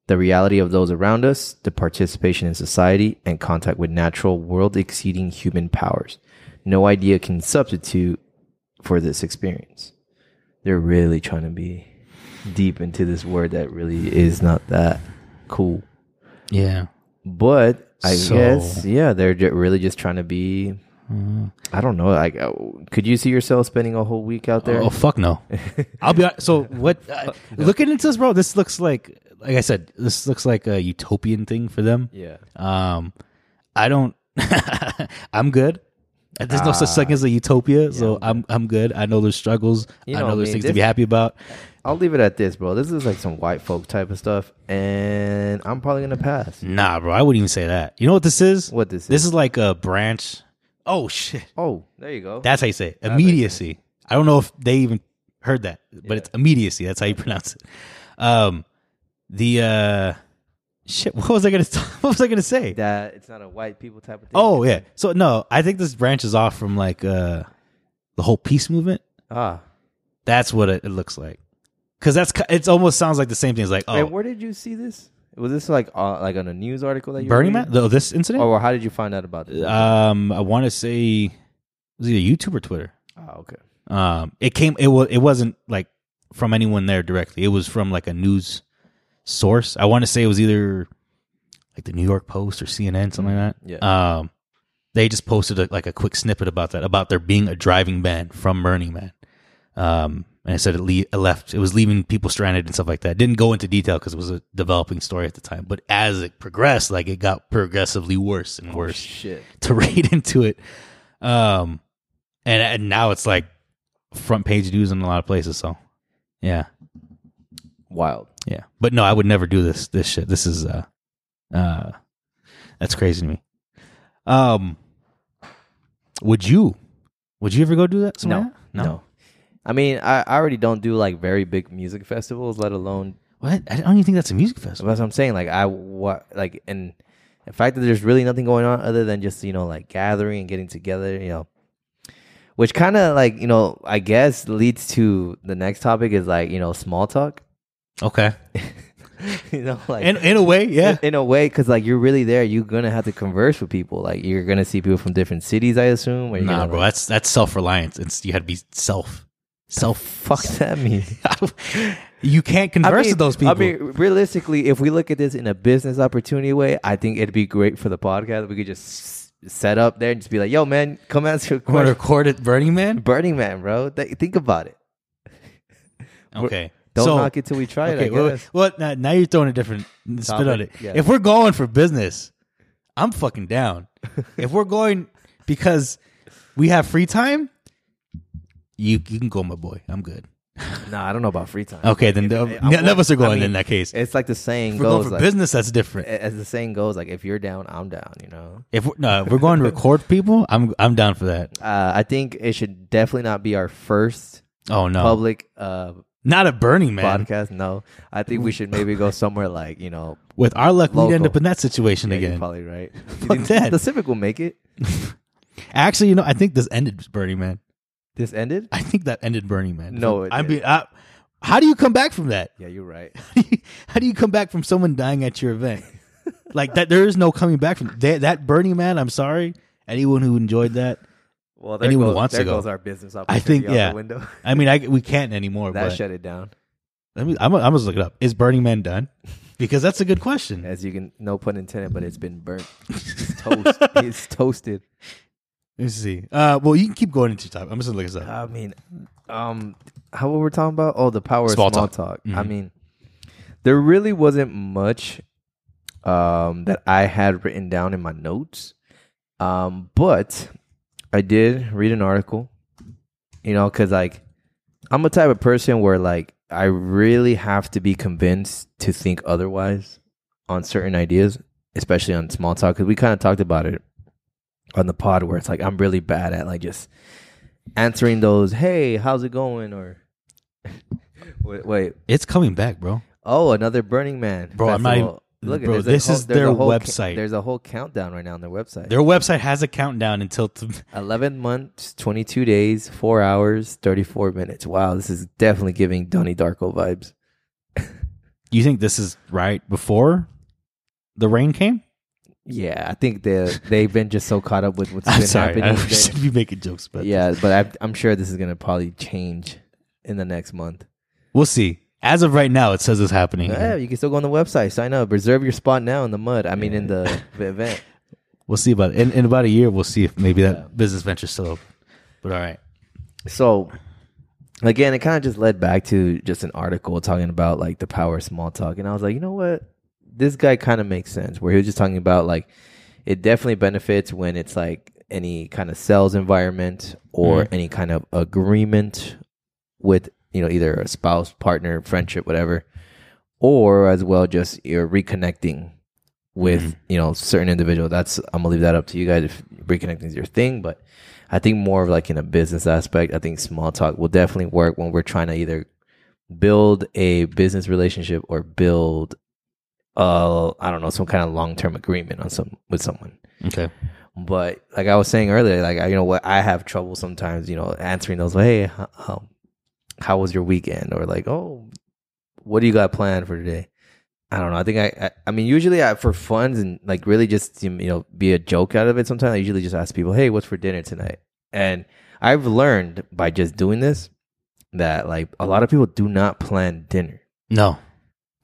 A: the reality of those around us, the participation in society, and contact with natural world exceeding human powers. No idea can substitute for this experience. They're really trying to be deep into this word that really is not that cool.
B: Yeah.
A: But I
B: So-
A: guess, yeah, they're ju- really just trying to be.
B: Mm.
A: I don't know. Like, uh, could you see yourself spending a whole week out there?
B: Oh fuck no! I'll be honest. so what? Uh, looking into this, bro, this looks like like I said, this looks like a utopian thing for them.
A: yeah.
B: Um, I don't. I'm good. Uh, There's no
A: Ah.
B: such thing as a utopia, so I'm I'm good. I know there's struggles.
A: You
B: I
A: know
B: know
A: what I
B: there's
A: mean,
B: things to
A: this-
B: be happy about.
A: I'll leave it at this, bro. This is like some white folk type of stuff, and I'm probably gonna pass.
B: Nah, bro, I wouldn't even say that. You know what this is?
A: What this
B: This
A: is?
B: is like a branch. Oh shit!
A: Oh, there you go.
B: That's how you say it. immediacy. I don't know if they even heard that, but it's immediacy. That's how you pronounce it. Um, the uh, shit. What was I gonna? What was I gonna say?
A: that it's not a white people type of thing.
B: oh yeah. So no, I think this branches off from like uh, the whole peace movement.
A: ah.
B: That's what it, it looks like. Cause that's ki- it's almost sounds like the same thing. It's like
A: Wait,
B: oh,
A: where did you see this? Was this like uh, like on a news article that you Oh.
B: Burning Man.
A: read?
B: Though this incident.
A: Or how did you find out about this?
B: Um, I want to say it was either YouTube or Twitter.
A: ah, okay.
B: Um, it came. It was. It wasn't like from anyone there directly. It was from like a news source. I want to say it was either like the New York Post or CNN, something like that.
A: Yeah.
B: Um, they just posted a, like a quick snippet about that, about there being a driving ban from Burning Man. Um, and it said it, le- it left. It was leaving people stranded and stuff like that. didn't go into detail because it was a developing story at the time. But as it progressed, like it got progressively worse and worse
A: Shit.
B: to read into it. Um, and, and now it's like front page news in a lot of places. So, yeah,
A: Wild.
B: yeah. But no, I would never do this. This shit. This is uh, uh, that's crazy to me. Um, would you? Would you ever go do that? somewhere?
A: No, no. I mean, I, I already don't do like very big music festivals, let alone
B: What? I don't even think that's a music festival.
A: That's what I'm saying. Like I what like and the fact that there's really nothing going on other than just you know like gathering and getting together, you know, which kind of like you know I guess leads to the next topic is like you know small talk,
B: Okay.
A: you know, like
B: In in a way, yeah.
A: in a way because like you're really there, you're gonna have to converse with people. Like you're gonna see people from different cities, I assume. Or you're
B: Nah,
A: gonna,
B: bro.
A: like,
B: That's that's self reliance. It's you had to be self self.
A: fuck that mean.
B: you can't
A: I
B: converse
A: mean-
B: with those people.
A: I mean, realistically, if we look at this in a business opportunity way, I think it'd be great for the podcast. We could just s- set up there and just be like, "Yo, man, come answer a
B: want to
A: question."
B: record at Burning Man?
A: Burning Man, bro. Th- think about it.
B: Okay.
A: Don't
B: So-
A: knock it till we try
B: Okay,
A: it. I
B: well,
A: guess.
B: well, now, now you're throwing a different spin on it.
A: Topic, yeah.
B: If we're going for business, I'm fucking down. if we're going because we have free time, you you can go, my boy. I'm good.
A: nah, I don't know about free time.
B: Okay, then the,
A: I'm
B: none of us are
A: going- I
B: going
A: mean,
B: in that case. If
A: It's like the saying
B: we're going
A: goes,
B: for
A: like,
B: business, that's different.
A: as the saying goes, like if you're down, I'm down. You know,
B: If we're, no, if we're going to record people, I'm I'm down for that.
A: uh, I think it should definitely not be our first
B: Oh no,
A: public uh,
B: not a Burning Man.
A: podcast. No, I think we should maybe go somewhere like you know
B: With our luck, we'd end
A: Local.
B: up in that situation
A: Yeah,
B: again.
A: You're probably right. You
B: Fuck
A: think
B: that.
A: The Civic will make it.
B: Actually, you know, I think this ended Burning Man.
A: This ended.
B: I think that ended Burning Man.
A: No, it
B: I mean, I, how do you come back from that?
A: Yeah, you're right.
B: how do you come back from someone dying at your event? like that, there is no coming back from that. That Burning Man. I'm sorry, anyone who enjoyed that.
A: Well,
B: Anyone wants
A: there
B: to go.
A: goes our business
B: I
A: opportunity.
B: think
A: out
B: yeah.
A: The window.
B: I mean, I we can't anymore.
A: that
B: but
A: shut it down.
B: let me. I'm, I'm just look it up. Is Burning Man done? Because that's a good question.
A: As you can, no pun intended, but it's been burnt. It's toast. it's toasted.
B: Let's see. Uh, well, you can keep going into your topic. I'm just gonna look this up.
A: I mean, um, how what we're talking about? Oh, the power
B: Small
A: of small
B: talk.
A: talk. I mean, there really wasn't much um, that I had written down in my notes, um, but I did read an article. You know, because like I'm a type of person where like I really have to be convinced to think otherwise on certain ideas, especially on small talk. Because we kind of talked about it on the pod where it's like I'm really bad at like just answering those hey how's it going or wait, wait
B: It's coming back, bro.
A: oh another burning man
B: Bro, I'm not even-
A: festival. look
B: bro,
A: there's a
B: this
A: whole-
B: is
A: there's a
B: their
A: whole ca-
B: website.
A: there's a whole countdown right now on their website
B: Their website has a countdown until t-
A: 11 months 22 days 4 hours 34 minutes wow this is definitely giving donnie darko vibes
B: you think this is right before the rain came?
A: Yeah, I think they they've been just so caught up with what's
B: I'm
A: been
B: sorry, I
A: happening. that-
B: should be making jokes, but
A: yeah, but I, I'm sure this is gonna probably change in the next month.
B: we'll see. As of right now, it says it's happening.
A: Yeah, you can still go on the website, sign up, reserve your spot now in the mud. I mean, in the, the event.
B: We'll see about it. In, in about a year, we'll see if maybe that business venture's still open. But all right,
A: So again, it kind of just led back to just an article talking about like the power of small talk, and I was like, you know what, this guy kind of makes sense. Where he was just talking about like it definitely benefits when it's like any kind of sales environment or any kind of agreement with you know either a spouse, partner, friendship, whatever, or as well just you're reconnecting with you know certain individual. That's I'm gonna leave that up to you guys if reconnecting is your thing, but I think more of like in a business aspect, I think small talk will definitely work when we're trying to either build a business relationship or build uh I don't know some kind of long term agreement on some with someone.
B: okay,
A: But like I was saying earlier, like I, you know what I have trouble sometimes, you know, answering those. Like, hey, h- um, how was your weekend? Or like, oh, what do you got planned for today? I don't know. I think I, I, I mean, usually I, for funs and like really just to, you know be a joke out of it. Sometimes I usually just ask people, hey, what's for dinner tonight? And I've learned by just doing this that like a lot of people do not plan dinner
B: no,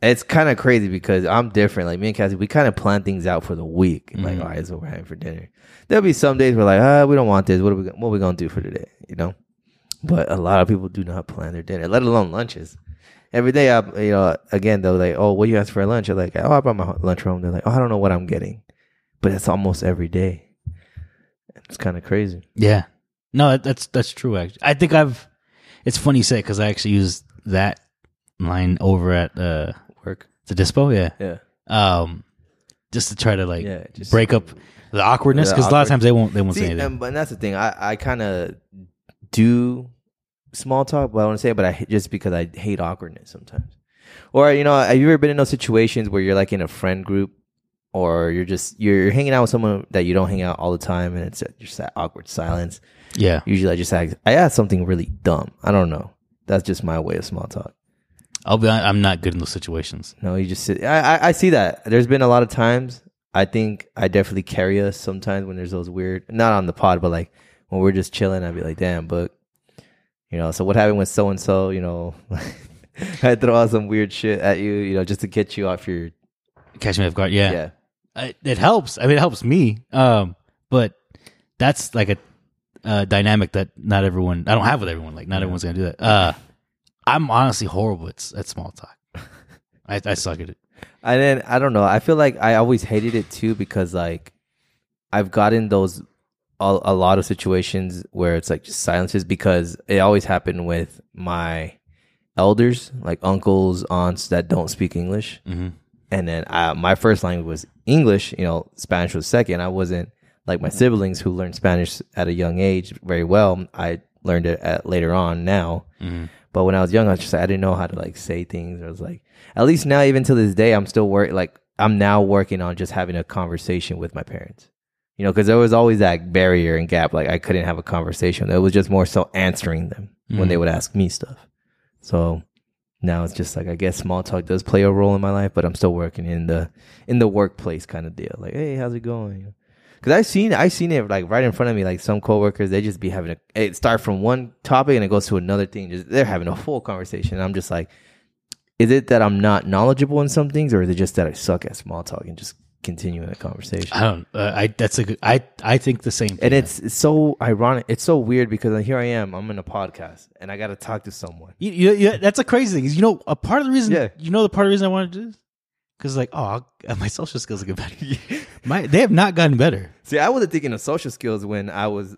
A: it's kind of crazy because I'm different. Like me and Cassie, we kind of plan things out for the week. Like,
B: Mhm.
A: all right, this is what we're having for dinner. There'll be some days we're like, ah, we don't want this. What are we go- what we gonna do for today? You know. But a lot of people do not plan their dinner, let alone lunches. Every day, I you know again they're like, oh, what do you ask for lunch? I'm like, oh, I brought my lunch home. They're like, oh, I don't know what I'm getting, but it's almost every day. It's kind of crazy.
B: yeah, no, that- that's that's true. Actually, I think I've. It's funny you say because I actually used that line over at uh,
A: Work.
B: the dispo. Yeah,
A: Yeah.
B: um, just to try to like
A: Yeah, just-
B: break up the awkwardness
A: The
B: because a lot
A: awkward-
B: of times they won't they won't say
A: See, um,
B: anything.
A: and, but that's the thing. I, I kind of do small talk, but I want to say, it, but I h- just because I hate awkwardness sometimes. Or you know, have you ever been in those situations where you're like in a friend group, or you're just you're, you're hanging out with someone that you don't hang out all the time, and it's just that awkward silence.
B: yeah,
A: Usually, I just ask, I ask something really dumb. I don't know. That's just my way of small talk.
B: I'll be. hon- I'm not good in those situations.
A: No, you just sit. I, I I see that. There's been a lot of times. I think I definitely carry us sometimes when there's those weird, not on the pod, but like when we're just chilling. I'd be like, damn, but you know. So what happened with so and so? You know, I throw out some weird shit at you, you know, just to get you off your
B: Catch me off guard.
A: yeah.
B: Yeah, I, it helps. I mean, it helps me. Um, but that's like a, uh dynamic that not everyone. I don't have with everyone. Like not everyone's gonna do that. Uh, I'm honestly horrible at, s- at small talk. I, I suck at it.
A: And then I don't know. I feel like I always hated it too because like I've gotten those a, a lot of situations where it's like just silences because it always happened with my elders, like uncles, aunts that don't speak English.
B: Mhm.
A: And then I, my first language was English. You know, Spanish was second. I wasn't like my siblings who learned Spanish at a young age very well. I learned it at, later on now. But when I was young, I was just I didn't know how to like say things. I was like, at least now, even to this day, I'm still work like I'm now working on just having a conversation with my parents. You know, because there was always that barrier and gap. Like I couldn't have a conversation. It was just more so answering them when they would ask me stuff. So now it's just like I guess small talk does play a role in my life, but I'm still working in the in the workplace kind of deal. Like, hey, how's it going? Because I seen I seen it like right in front of me. Like some coworkers, they just be having a it start from one topic and it goes to another thing. Just they're having a full conversation. And I'm just like, is it that I'm not knowledgeable in some things, or is it just that I suck at small talk and just continuing a conversation?
B: I don't. Uh, I that's a good. I I think the same. Thing.
A: and it's, it's so ironic. It's so weird because like, here I am. I'm in a podcast and I got to talk to someone.
B: You, you, you- that's a crazy thing. Is you know a part of the reason.
A: Yeah.
B: You know the part of the reason I wanted to do this because like oh I'll, uh, my social skills get better. my they have not gotten better.
A: See, I wasn't thinking of social skills when I was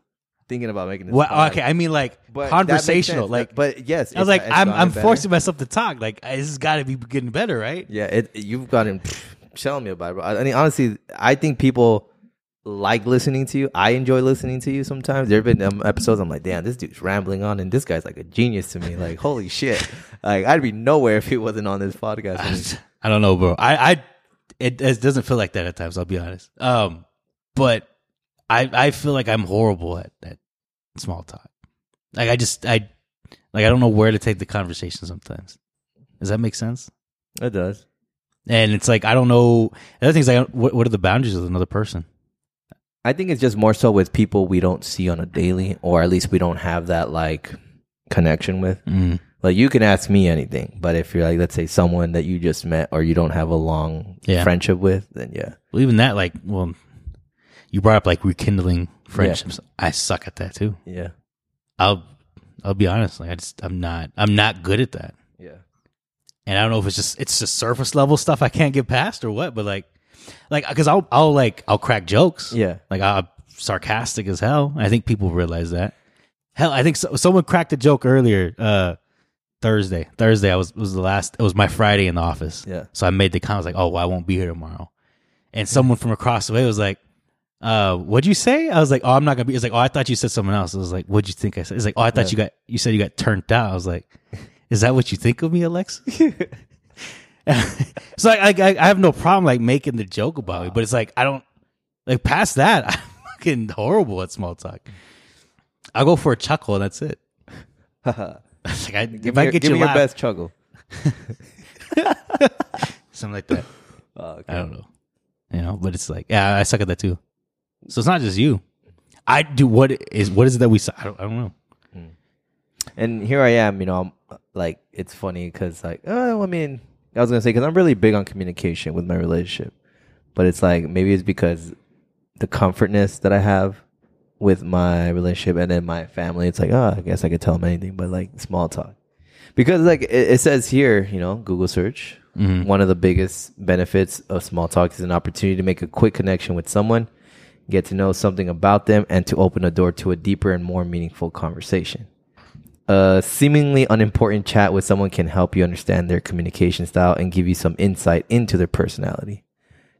A: thinking about making this.
B: Well,
A: pod,
B: okay, I mean like
A: but that makes
B: conversational.
A: sense.
B: Like
A: but yes,
B: I
A: it's-
B: was like
A: it's
B: I'm
A: gotten
B: I'm
A: better.
B: forcing myself to talk. Like I- this has got to be getting better, right?
A: Yeah, it, you've gotten telling me about it. Bro. I mean, honestly, I think people like listening to you. I enjoy listening to you sometimes. There have been um, episodes I'm like, damn, this dude's rambling on, and this guy's like a genius to me. Like, holy shit! Like, I'd be nowhere if he wasn't on this podcast. with me.
B: I don't know, bro. I, I it, it doesn't feel like that at times. I'll be honest. Um, but I I feel like I'm horrible at at small talk. Like I just I like I don't know where to take the conversation sometimes. Does that make sense?
A: It does.
B: and it's like I don't know. The other thing's like, what, what are the boundaries of another person?
A: I think it's just more so with people we don't see on a daily, or at least we don't have that like connection with.
B: Mm.
A: Like you can ask me anything, but if you're like, let's say someone that you just met or you don't have a long
B: Yeah.
A: friendship with, then yeah,
B: Well, even that, like, well, you brought up like rekindling friendships. I suck at that too.
A: yeah,
B: I'll I'll be honest. Like, I just I'm not I'm not good at that.
A: yeah,
B: and I don't know if it's just it's just surface level stuff I can't get past or what, but like, like because I'll I'll like I'll crack jokes,
A: Yeah.
B: like I'm sarcastic as hell. I think people realize that. Hell, I think so, someone cracked a joke earlier uh, Thursday. Thursday I was was the last. It was my Friday in the office.
A: Yeah.
B: so I made the comment like, oh, well, I won't be here tomorrow, and someone from across the way was like. Uh, what'd you say? I was like, oh, I'm not gonna be. It's like, oh, I thought you said something else. I was like, what'd you think I said? It's like, oh, I thought you got. You said you got turned down. I was like, is that what you think of me, Alexa? so I, I I have no problem like making the joke about it, but it's like I don't like past that. I'm fucking horrible at small talk. I go for a chuckle and that's it. like I, if
A: Give me,
B: I
A: your,
B: get
A: give
B: you
A: me your
B: laugh,
A: best chuggle.
B: something like that.
A: Oh,
B: I don't know, you know. But it's like yeah, I suck at that too. So it's not just you. I do what is what is it that we suck? I don't, I don't know.
A: and here I am, you know, I'm like, it's funny because, like, oh, I mean, I was gonna say because I'm really big on communication with my relationship, but it's like maybe it's because the comfortness that I have with my relationship and then my family. It's like, oh, I guess I could tell them anything, but like small talk, because like it, it says here, you know, Google search. One of the biggest benefits of small talk is an opportunity to make a quick connection with someone, get to know something about them, and to open a door to a deeper and more meaningful conversation a seemingly unimportant chat with someone can help you understand their communication style and give you some insight into their personality.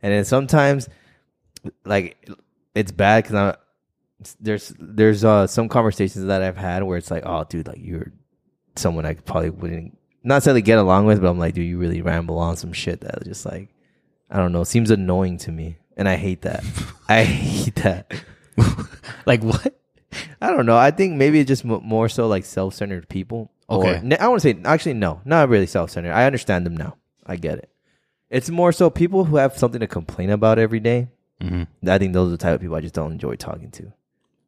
A: And then sometimes, like, it's bad because I'm there's there's uh, some conversations that I've had where it's like, oh, dude, like you're someone I probably wouldn't not necessarily get along with, but I'm like, dude, you really ramble on some shit that just like I don't know, seems annoying to me, and I hate that. I hate that.
B: Like what?
A: I don't know. I think maybe it's just m- more so like self centered people. Or,
B: Okay.
A: n- I want to say, actually, no, not really self centered. I understand them now. I get it. It's more so people who have something to complain about every day. I think those are the type of people I just don't enjoy talking to.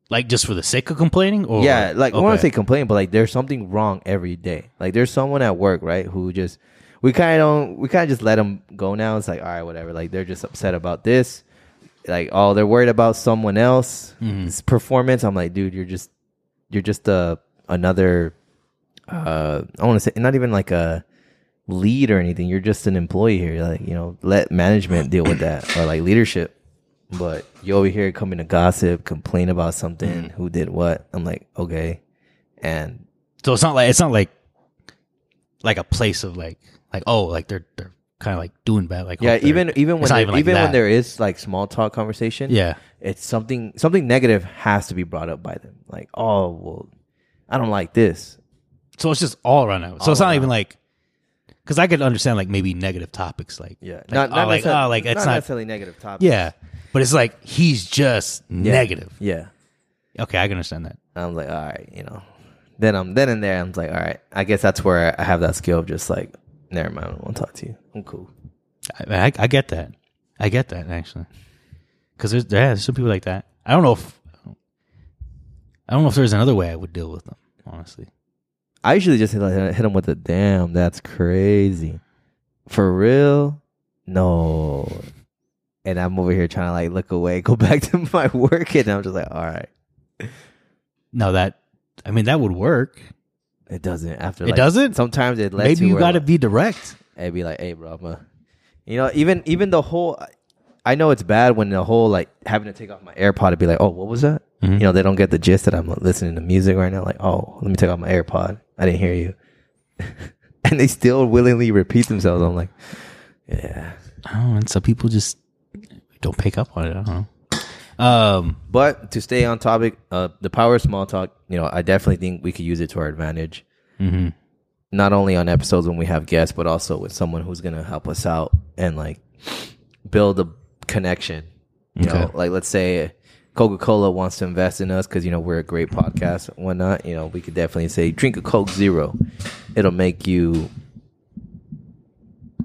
B: Like just for the sake of complaining? Or
A: Yeah, like I want to
B: Okay.
A: say complain, but like there's something wrong every day. Like there's someone at work, right, who just we kind of don't we kind of just let them go now. It's like all right, whatever. Like they're just upset about this. Like oh, they're worried about someone else's
B: Mm-hmm.
A: performance. I'm like, dude, you're just you're just a another. uh I want to say not even like a lead or anything. You're just an employee here. Like you know, let management deal with that or like leadership. But you over here coming to gossip, complain about something, who did what. I'm like, okay. And
B: So it's not like it's not like like a place of like like oh like they're they're kind of like doing bad like
A: yeah,
B: hope they're-
A: even even
B: it's
A: when
B: not
A: there-
B: even,
A: even,
B: like
A: when
B: that.
A: there is like small talk conversation,
B: yeah
A: it's something something negative has to be brought up by them. Like, oh well, I don't like this.
B: so it's just all around now so it's not even like because I could understand like maybe negative topics like
A: Yeah,
B: like, oh, like
A: necessar-
B: oh like it's
A: not,
B: not,
A: necessarily negative topic.
B: yeah but it's like he's just negative
A: yeah.
B: okay I can understand that
A: I'm like, all right, you know. Then I'm then and there. I'm like, all right. I guess that's where I have that skill of just like, never mind. I don't want to talk to you. I'm cool.
B: I, I, I get that I get that actually because there's yeah, there's some people like that I don't know if I don't know if there's another way I would deal with them honestly
A: I usually just hit, like, hit him with a damn, that's crazy. For real? No. And I'm over here trying to like look away, go back to my work, and I'm just like, all right.
B: no that I mean that would work
A: It doesn't. After
B: It
A: like-
B: doesn't?
A: Sometimes it lets
B: maybe you
A: where,
B: got to be direct.
A: and be like, "Hey, bro, I'm a, you know, even even the whole. I know it's bad when the whole like having to take off my AirPod and be like, "Oh, what was that?"
B: Mm-hmm.
A: You know, they don't get the gist that I'm listening to music right now. Like, "Oh, let me take off my AirPod. I didn't hear you," and they still willingly repeat themselves. I'm like, "Yeah,"
B: Oh, and so people just don't pick up on it. I don't know. Um,
A: but to stay on topic, uh, the power of small talk. You know, I definitely think we could use it to our advantage. Not only on episodes when we have guests, but also with someone who's gonna help us out and like build a connection. You know,
B: Okay.
A: like let's say Coca Cola wants to invest in us because you know we're a great podcast and whatnot. You know, we could definitely say drink a Coke Zero. It'll make you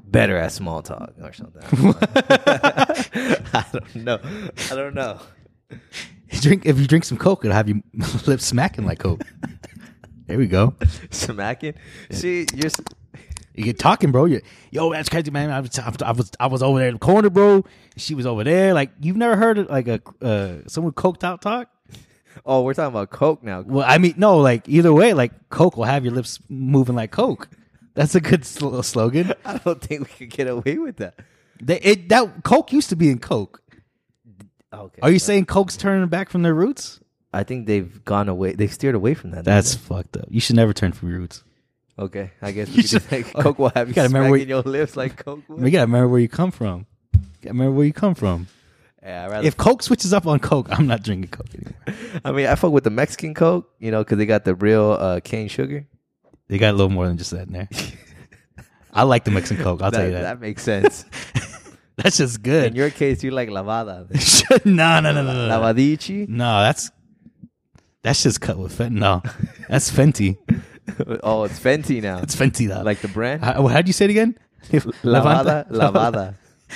A: better at small talk or something. I don't know. I don't know. I don't know.
B: drink if you drink some Coke, it'll have your lips smacking like Coke. there we go.
A: Smacking. See, you're. s-
B: You get talking, bro. You, yo, that's crazy, man. I was, I was, I was over there in the corner, bro. She was over there. Like you've never heard of, like a uh, someone coked out talk.
A: Oh, we're talking about Coke now.
B: Well, I mean, no, like either way, like Coke will have your lips moving like Coke. That's a good sl- slogan.
A: I don't think we could get away with that.
B: They, it, that Coke used to be in Coke.
A: Oh, Okay.
B: Are you saying Coke's turning back from their roots?
A: I think they've gone away. They've steered away from that.
B: That's fucked up. You should never turn from your roots.
A: okay. I guess
B: You
A: we should,
B: should-
A: like, Coke will have you,
B: You gotta remember
A: smacking
B: where
A: your lips like Coke
B: I mean,
A: would.
B: you gotta remember where you come from. You gotta remember where you come from.
A: Yeah, I rather.
B: If Coke switches up on Coke, I'm not drinking Coke anymore.
A: I mean, I fuck with the Mexican Coke, you know, because they got the real uh, cane sugar.
B: They got a little more than just that in there. I like the Mexican Coke. I'll tell you that.
A: makes sense.
B: That's just
A: In
B: good.
A: your case, you like lavada,
B: no, no, no, no, no.
A: lavadici.
B: No, that's that's just cut with Fenty. No, that's Fenty.
A: oh, it's Fenty now.
B: It's Fenty though.
A: like the brand.
B: how, how'd you say it again?
A: lavada,
B: Lavanda?
A: lavada.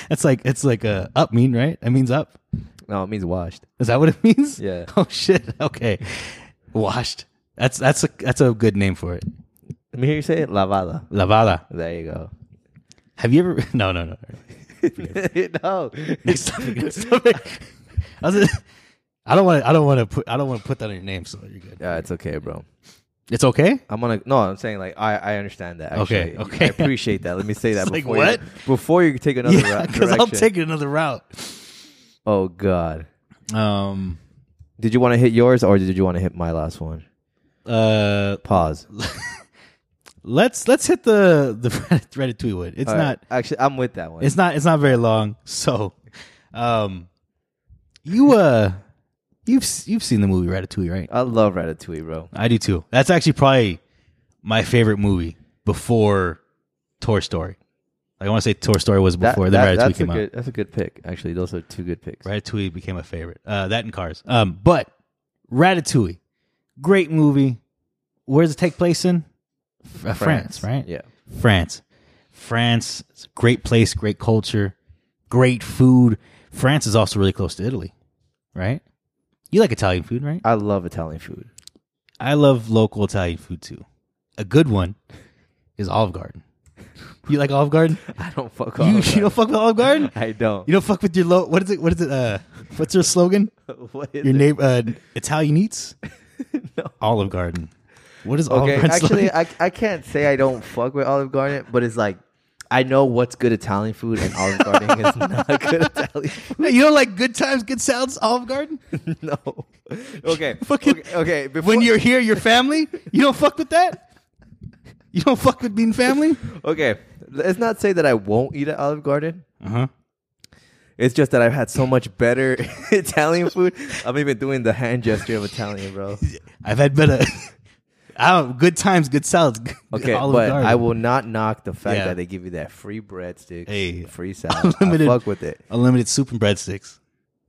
B: That's like it's like a up mean right? That means up.
A: No, it means washed.
B: Is that what it means?
A: Yeah.
B: Oh shit. Okay. Washed. That's that's a that's a good name for it.
A: Let me hear you say it. Lavada.
B: Lavada.
A: There you go.
B: Have you ever? No, no, no.
A: no.
B: Next topic. Next topic. I, was- I don't want. I don't want to put. I don't want to put that on your name. So you're good.
A: Yeah, it's okay, bro.
B: It's okay.
A: I'm gonna no. I'm saying like I, I understand that. Actually.
B: Okay, okay.
A: I appreciate that. Let me say that
B: It's like,
A: before
B: what?
A: You, before you take another
B: Yeah,
A: ra-
B: because I'll
A: direction.
B: take another route.
A: Oh God.
B: Um.
A: Did you want to hit yours or did you want to hit my last one?
B: Uh.
A: Pause.
B: Let's let's hit the the Reddit tweet wood. It's
A: All right.
B: not.
A: actually. I'm with that one.
B: It's not. It's not very long. So, um, you uh, you've s- you've seen the movie Ratatouille, right?
A: I love Ratatouille, bro.
B: I do too. That's actually probably my favorite movie before Toy Story. Like I want to say Toy Story was
A: That-
B: before
A: that-
B: the Ratatouille
A: that's a
B: came out.
A: good. That's a good pick. Actually, those are two good picks.
B: Ratatouille became a favorite. Uh, that and Cars. Um, but Ratatouille, great movie. Where does it take place in? F- uh, France. right?
A: Yeah.
B: France. France, it's a great place, great culture, great food. France is also really close to Italy, right? You like Italian food, right?
A: I love Italian food.
B: I love local Italian food too. A good one is Olive Garden. You like Olive Garden?
A: I don't fuck
B: you,
A: off.
B: you don't fuck with Olive Garden?
A: I don't.
B: You don't fuck with your low. What is it? What is it? Uh, what's your slogan?
A: what is
B: Your
A: it?
B: name? Uh, Italian eats?
A: No.
B: Olive Garden. What is Olive
A: Okay,
B: Garden?
A: actually, I, I can't say I don't fuck with Olive Garden, but it's like I know what's good Italian food, and Olive Garden is not good Italian. food.
B: you don't like good times, good salads, Olive Garden.
A: No. Okay.
B: Fucking-
A: okay. okay, Before,
B: when you're here, your family, you don't fuck with that. You don't fuck with being family.
A: okay, let's not say that I won't eat at Olive Garden.
B: Uh huh.
A: It's just that I've had so much better Italian food. I'm even doing the hand gesture of Italian, bro.
B: I've had better. I don't. Good times, good salads. Good
A: Okay,
B: Olive
A: but
B: Garden.
A: I will not knock the fact
B: Yeah.
A: that they give you that free breadsticks,
B: Hey.
A: free salad. I
B: Unlimited-
A: fuck with it.
B: unlimited soup and breadsticks.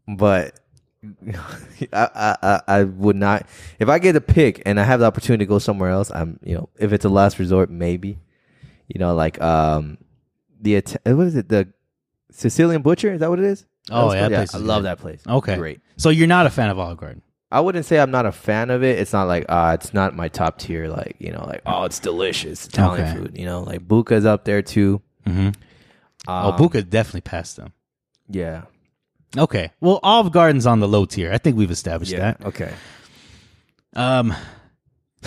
A: but I, I I- I would not if I get a pick and I have the opportunity to go somewhere else. I'm you know if it's a last resort, maybe you know like um the Ita- what is it the Sicilian butcher is that what it is?
B: Oh, yeah, that place
A: I
B: is
A: love
B: good.
A: that place.
B: Okay,
A: great.
B: So you're not a fan of Olive Garden.
A: I wouldn't say I'm not a fan of it. It's not like uh it's not my top tier. Like you know like oh it's delicious Italian
B: Okay.
A: food. You know like Buca's up there too.
B: Mm-hmm.
A: Um,
B: oh, Buca definitely passed them.
A: yeah
B: Okay. Well, Olive Garden's on the low tier. I think we've established
A: yeah
B: that.
A: okay.
B: Um.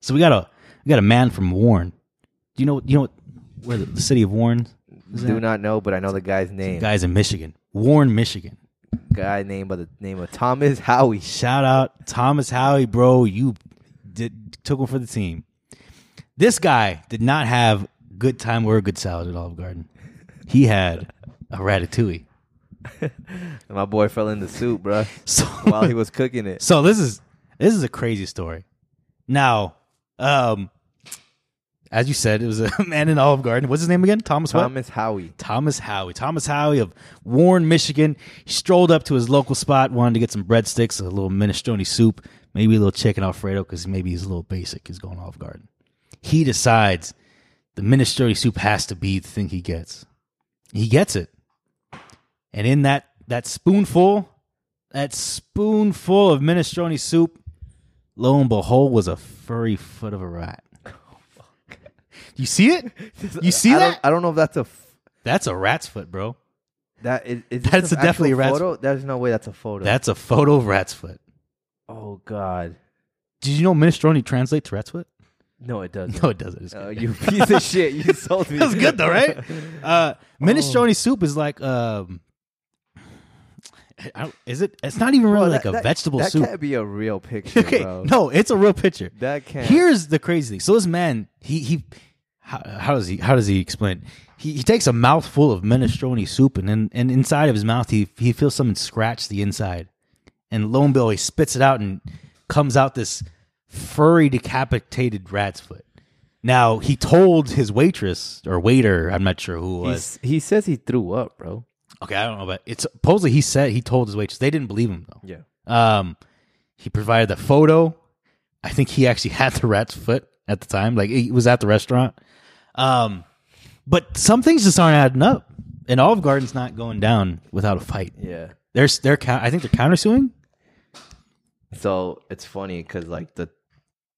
B: so we got a we got a man from Warren. Do you know? You know what, where the, the city of Warren? Is
A: Do
B: that?
A: not know, but I know the guy's name. Guy,
B: Guys in Michigan, Warren, Michigan.
A: named by the name of Thomas Howie.
B: Shout out Thomas Howie, bro. You did, took one for the team. This guy did not have good time or a good salad at Olive Garden. He had a ratatouille.
A: And my boy fell in the soup, bro,
B: So
A: while he was cooking it.
B: So this is this is a crazy story. Now, um, as you said, it was a man in Olive Garden. What's his name again? Thomas what?
A: Thomas Howie.
B: Thomas Howie. Thomas Howie of Warren, Michigan. He strolled up to his local spot, wanted to get some breadsticks, a little minestrone soup, maybe a little chicken alfredo, because maybe he's a little basic. He's going Olive Garden. He decides the ministerial soup has to be the thing he gets. He gets it. And in that that spoonful, that spoonful of minestrone soup, lo and behold, was a furry foot of a rat. You see it? You see
A: I don't-
B: that?
A: I don't know if that's a f-
B: That's a rat's foot, bro.
A: that is, is
B: That's
A: this an
B: definitely
A: actual
B: a rat's-
A: photo. There's no way that's a photo.
B: That's a photo of rat's foot.
A: oh god,
B: Did you know minestrone translates to rat's foot?
A: no, it doesn't.
B: No, it doesn't. It's
A: Oh, you piece of shit. You sold me.
B: That's good though, right? Uh, minestrone soup is like um, I don't, is it? It's not even
A: Bro,
B: really
A: that-
B: like a
A: that-
B: vegetable
A: that
B: soup.
A: can't be a real picture,
B: Okay,
A: bro.
B: no, it's a real picture.
A: That can't.
B: Here's the crazy thing. So this man, he he, how, how does he how does he explain? it? He he takes a mouthful of minestrone soup and then and inside of his mouth he he feels something scratch the inside, and lo and behold, he spits it out and comes out this furry decapitated rat's foot. Now he told his waitress or waiter, I'm not sure who it was.
A: He's, he says he threw up, bro.
B: okay, I don't know, but it's supposedly he said he told his waitress. They didn't believe him though.
A: Yeah.
B: Um, he provided the photo. I think he actually had the rat's foot at the time. Like it was at the restaurant. Um, but some things just aren't adding up. And Olive Garden's not going down without a fight.
A: Yeah.
B: There's they're coun- I think they're countersuing.
A: So it's funny because like the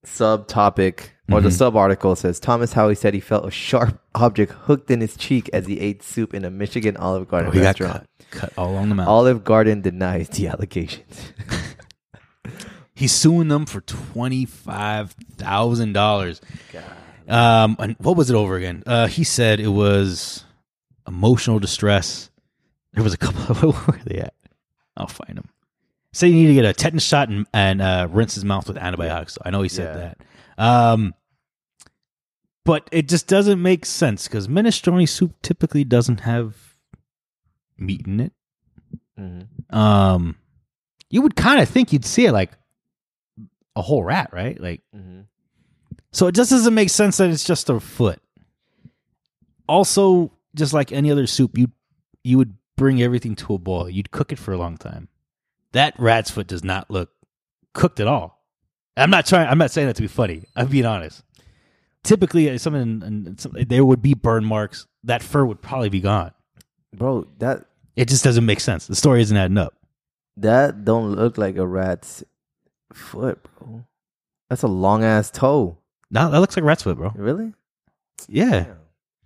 A: subtopic or
B: Mm-hmm.
A: the sub article says Thomas Howie said he felt a sharp object hooked in his cheek as he ate soup in a Michigan Olive Garden
B: Oh, He got
A: restaurant.
B: cut, cut all along the mouth.
A: Olive Garden denies the allegations.
B: He's suing them for twenty five thousand dollars. Um, and what was it over again? Uh, he said it was emotional distress. There was a couple. Of, where were they at? I'll find them. Said you need to get a tetanus shot and, and uh, rinse his mouth with antibiotics. I know he said
A: Yeah.
B: that. Um, but it just doesn't make sense because minestrone soup typically doesn't have meat in it
A: Mhm.
B: um you would kind of think you'd see it like a whole rat right like
A: Mhm.
B: so it just doesn't make sense that it's just a foot also just like any other soup you you would bring everything to a boil you'd cook it for a long time that rat's foot does not look cooked at all i'm not trying i'm not saying that to be funny i'm being honest typically uh, something and- and some- there would be burn marks that fur would probably be gone
A: Bro, that
B: it just doesn't make sense the story isn't adding up
A: that don't look like a rat's foot, bro. That's a long ass toe.
B: no that looks like rat's foot bro
A: Really?
B: Yeah.
A: Damn.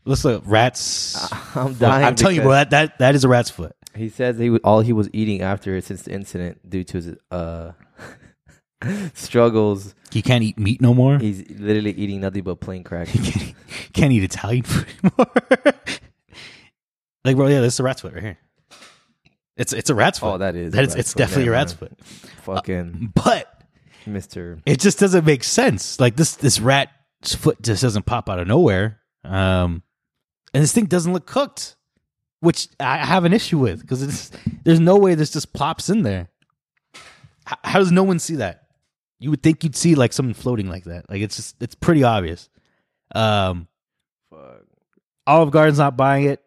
B: Let's look. Rats.
A: I'm
B: Well,
A: dying.
B: I'm telling you, bro,
A: because
B: that, that, that is a rat's foot.
A: He says he was, all he was eating after it since the incident due to his uh struggles
B: He can't eat meat no more. He
A: He's literally eating nothing but plain crack.
B: can't, can't eat Italian food anymore. like, bro, yeah, this is a rat's foot right here. It's it's a rat's foot.
A: Oh, that is
B: That
A: a
B: is
A: rat's
B: it's
A: foot,
B: definitely
A: never
B: a rat's
A: mind.
B: foot.
A: Fucking
B: But
A: Mr.
B: it just doesn't make sense. Like this this rat's foot just doesn't pop out of nowhere. Um, and this thing doesn't look cooked, which I have an issue with because there's no way this just plops in there. How, how does no one see that? You would think you'd see like something floating like that. Like it's just it's pretty obvious. Um,
A: Fuck.
B: Olive Garden's not buying it,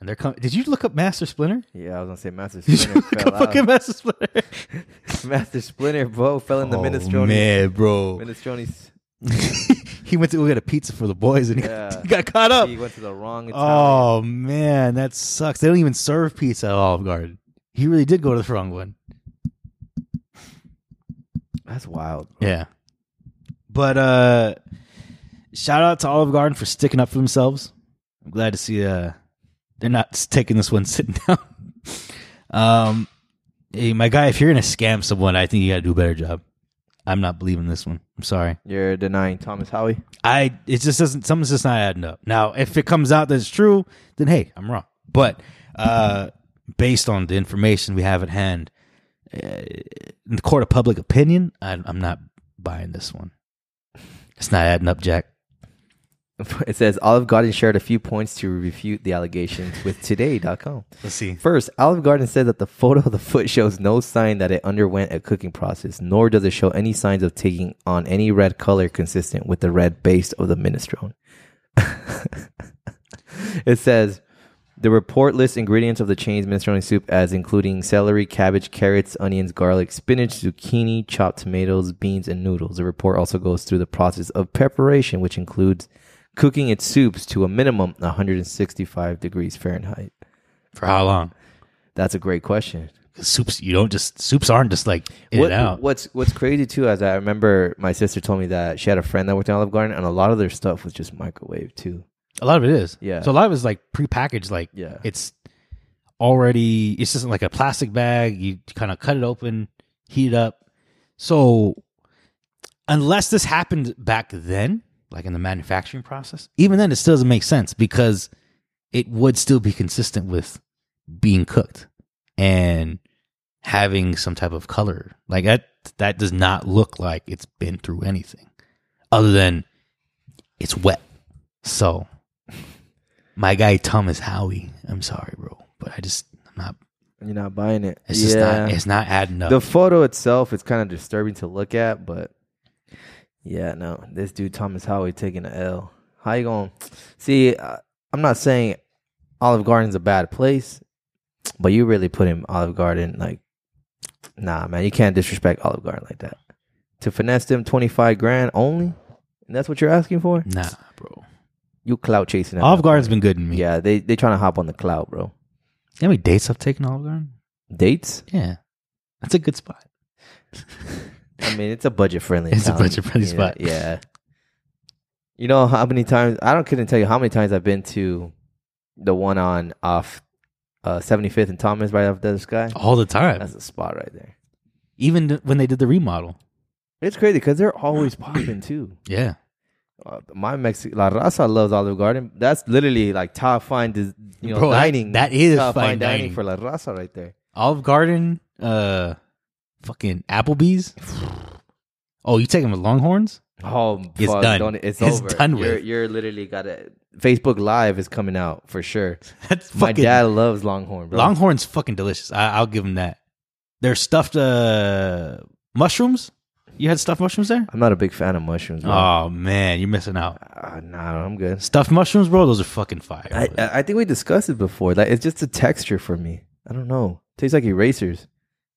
B: and they're coming. Did you look up Master Splinter?
A: Yeah, I was gonna say Master
B: Did you
A: Splinter
B: look
A: fell
B: up fucking
A: out.
B: Master Splinter?
A: Master Splinter, bro, fell in the
B: Oh,
A: minestrone.
B: man, bro.
A: Minestrone's.
B: he went to go get a pizza for the boys and he,
A: Yeah.
B: he got caught up.
A: He went to the wrong Italian.
B: Oh man, that sucks. They don't even serve pizza at Olive Garden. He really did go to the wrong one.
A: That's wild.
B: Yeah. But uh shout out to Olive Garden for sticking up for themselves. I'm glad to see uh they're not s- taking this one sitting down. um hey, my guy, if you're gonna scam someone, I think you gotta do a better job. I'm not believing this one. I'm sorry.
A: You're denying Thomas Howie.
B: I it just doesn't something's just not adding up. Now, if it comes out that it's true, then hey, I'm wrong. But uh based on the information we have at hand, uh, in the court of public opinion, I, I'm not buying this one. It's not adding up, Jack.
A: It says Olive Garden shared a few points to refute the allegations with today.com.
B: Let's see.
A: First, Olive Garden said that the photo of the foot shows no sign that it underwent a cooking process, nor does it show any signs of taking on any red color consistent with the red base of the minestrone. it says the report lists ingredients of the chain's minestrone soup as including celery, cabbage, carrots, onions, garlic, spinach, zucchini, chopped tomatoes, beans, and noodles. The report also goes through the process of preparation, which includes cooking its soups to a minimum 165 degrees Fahrenheit?
B: For how long?
A: That's a great question.
B: 'Cause Soups, you don't just soups aren't just like in
A: What-
B: and out.
A: What's What's crazy too is I remember my sister told me that she had a friend that worked in Olive Garden, and a lot of their stuff was just microwave too.
B: A lot of it is.
A: Yeah.
B: So a lot of it's like prepackaged. Like
A: Yeah.
B: it's already. It's just in like a plastic bag. You kind of cut it open, heat it up. So unless this happened back then, like in the manufacturing process, even then it still doesn't make sense because it would still be consistent with being cooked and having some type of color. Like that that does not look like it's been through anything other than it's wet. So my guy Thomas Howie, I'm sorry, bro, but I just I'm not
A: You're not buying it.
B: it's just not it's not adding up.
A: the photo itself is kind of disturbing to look at, but yeah, no, this dude Thomas Howie taking a L. How you going? to See, I- I'm not saying Olive Garden's a bad place, but you really put him Olive Garden like, nah, man, you can't disrespect Olive Garden like that. To finesse them 25 grand only, and that's what you're asking for?
B: nah, bro.
A: You clout chasing. at
B: Mm. Olive
A: that
B: Garden's
A: point.
B: been good to me.
A: Yeah, they they trying to hop on the clout, bro.
B: You know How many dates I've taken Olive Garden?
A: Dates?
B: Yeah. That's a good spot.
A: I mean, it's a budget friendly.
B: It's a budget-friendly
A: yeah,
B: spot.
A: Yeah. You know how many times I don't couldn't tell you how many times I've been to the one on off uh, 75th and Thomas right off the sky.
B: All the time.
A: That's a spot right there.
B: Even th- when they did the remodel.
A: It's crazy because they're always popping too.
B: Yeah.
A: Uh, my Mexican La Raza loves Olive Garden. That's literally like top fine, dis- you know,
B: Bro, that-
A: dining.
B: that is
A: top
B: fine dining.
A: for La Raza right there.
B: Olive Garden, uh fucking Applebee's. Oh, you taking with Longhorns?
A: Oh,
B: It's
A: fuck,
B: done.
A: don't- it's,
B: It's
A: over.
B: done
A: You're,
B: with.
A: you're literally got to Facebook Live is coming out for sure.
B: That's
A: My
B: fucking
A: dad loves Longhorn, bro.
B: Longhorn's fucking delicious. I, I'll give him that. They're stuffed uh, mushrooms. You had stuffed mushrooms there?
A: I'm not a big fan of mushrooms. Bro.
B: Oh man, you're missing out.
A: Uh, nah, I'm good.
B: Stuffed mushrooms, bro. Those are fucking fire.
A: I,
B: bro.
A: I I think we discussed it before. Like it's just a texture for me. I don't know. Tastes like erasers.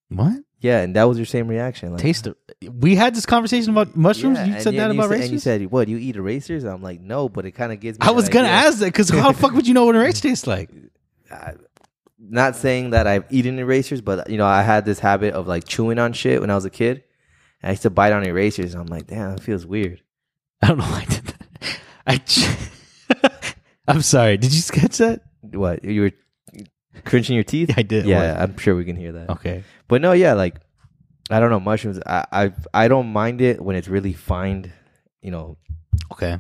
B: what?
A: Yeah, and that was your same reaction. Like,
B: Taste the. We had this conversation about mushrooms.
A: Yeah,
B: you
A: and
B: said that
A: and
B: about
A: said-
B: races.
A: And you said, "What? You eat erasers?" I'm like, "No," but it kind of gives me.
B: I
A: that
B: was gonna
A: idea.
B: ask that because how the fuck would you know what a race tastes like?
A: Not saying that I've eaten erasers, but you know, I had this habit of like chewing on shit when I was a kid. I used to bite on erasers, and I'm like, "Damn, it feels weird."
B: I don't know why I did that. I. ch- I'm sorry. Did you sketch that?
A: What you were clenching your teeth?
B: Yeah, I did.
A: Yeah, I'm sure we can hear that.
B: Okay.
A: But no, yeah, like I don't know mushrooms. I I, I don't mind it when it's really fine, you know.
B: Okay.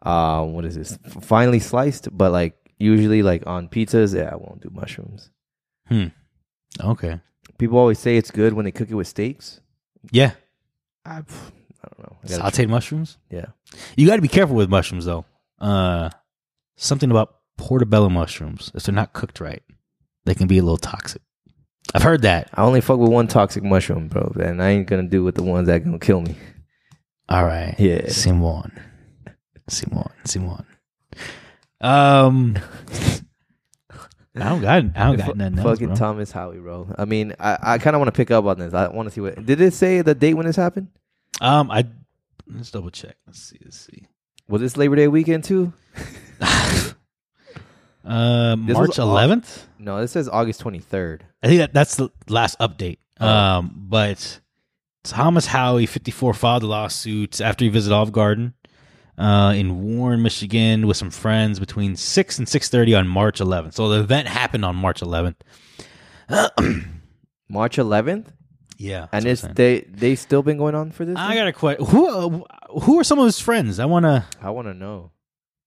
A: Uh, what is this? Finely sliced, but like usually like on pizzas, yeah, I won't do mushrooms.
B: Okay.
A: People always say it's good when they cook it with steaks.
B: Yeah.
A: I, pff, I don't know. I gotta
B: Sauteed mushrooms.
A: try- yeah,
B: You got to be careful with mushrooms, though. Uh, something about portobello mushrooms, if they're not cooked right, they can be a little toxic. I've heard that.
A: I only fuck with one toxic mushroom, bro, and I ain't gonna do with the ones that gonna kill me.
B: All right.
A: Yeah.
B: Simon. Simon. Simon. Um. I don't got. I don't
A: Fu-
B: got nothing else,
A: fucking
B: bro.
A: Thomas Howie, bro. I mean, I, I kind of want to pick up on this. I want to see what did it say the date when this happened?
B: um. I let's double check. Let's see. Let's see.
A: Was this Labor Day weekend too?
B: Uh,
A: was
B: March
A: au-
B: 11th.
A: No, this says August twenty third.
B: I think that, that's the last update.
A: Oh.
B: Um, but Thomas Howie, 54, filed a lawsuit after he visited Olive Garden uh, in Warren, Michigan, with some friends between six and six thirty on March 11th. So the event happened on March 11th.
A: March 11th,
B: Yeah,
A: and
B: that's
A: it's
B: what I'm saying.
A: they they still been going on for this.
B: I
A: thing?
B: got a question. Who uh, who are some of his friends? I wanna
A: I want to know.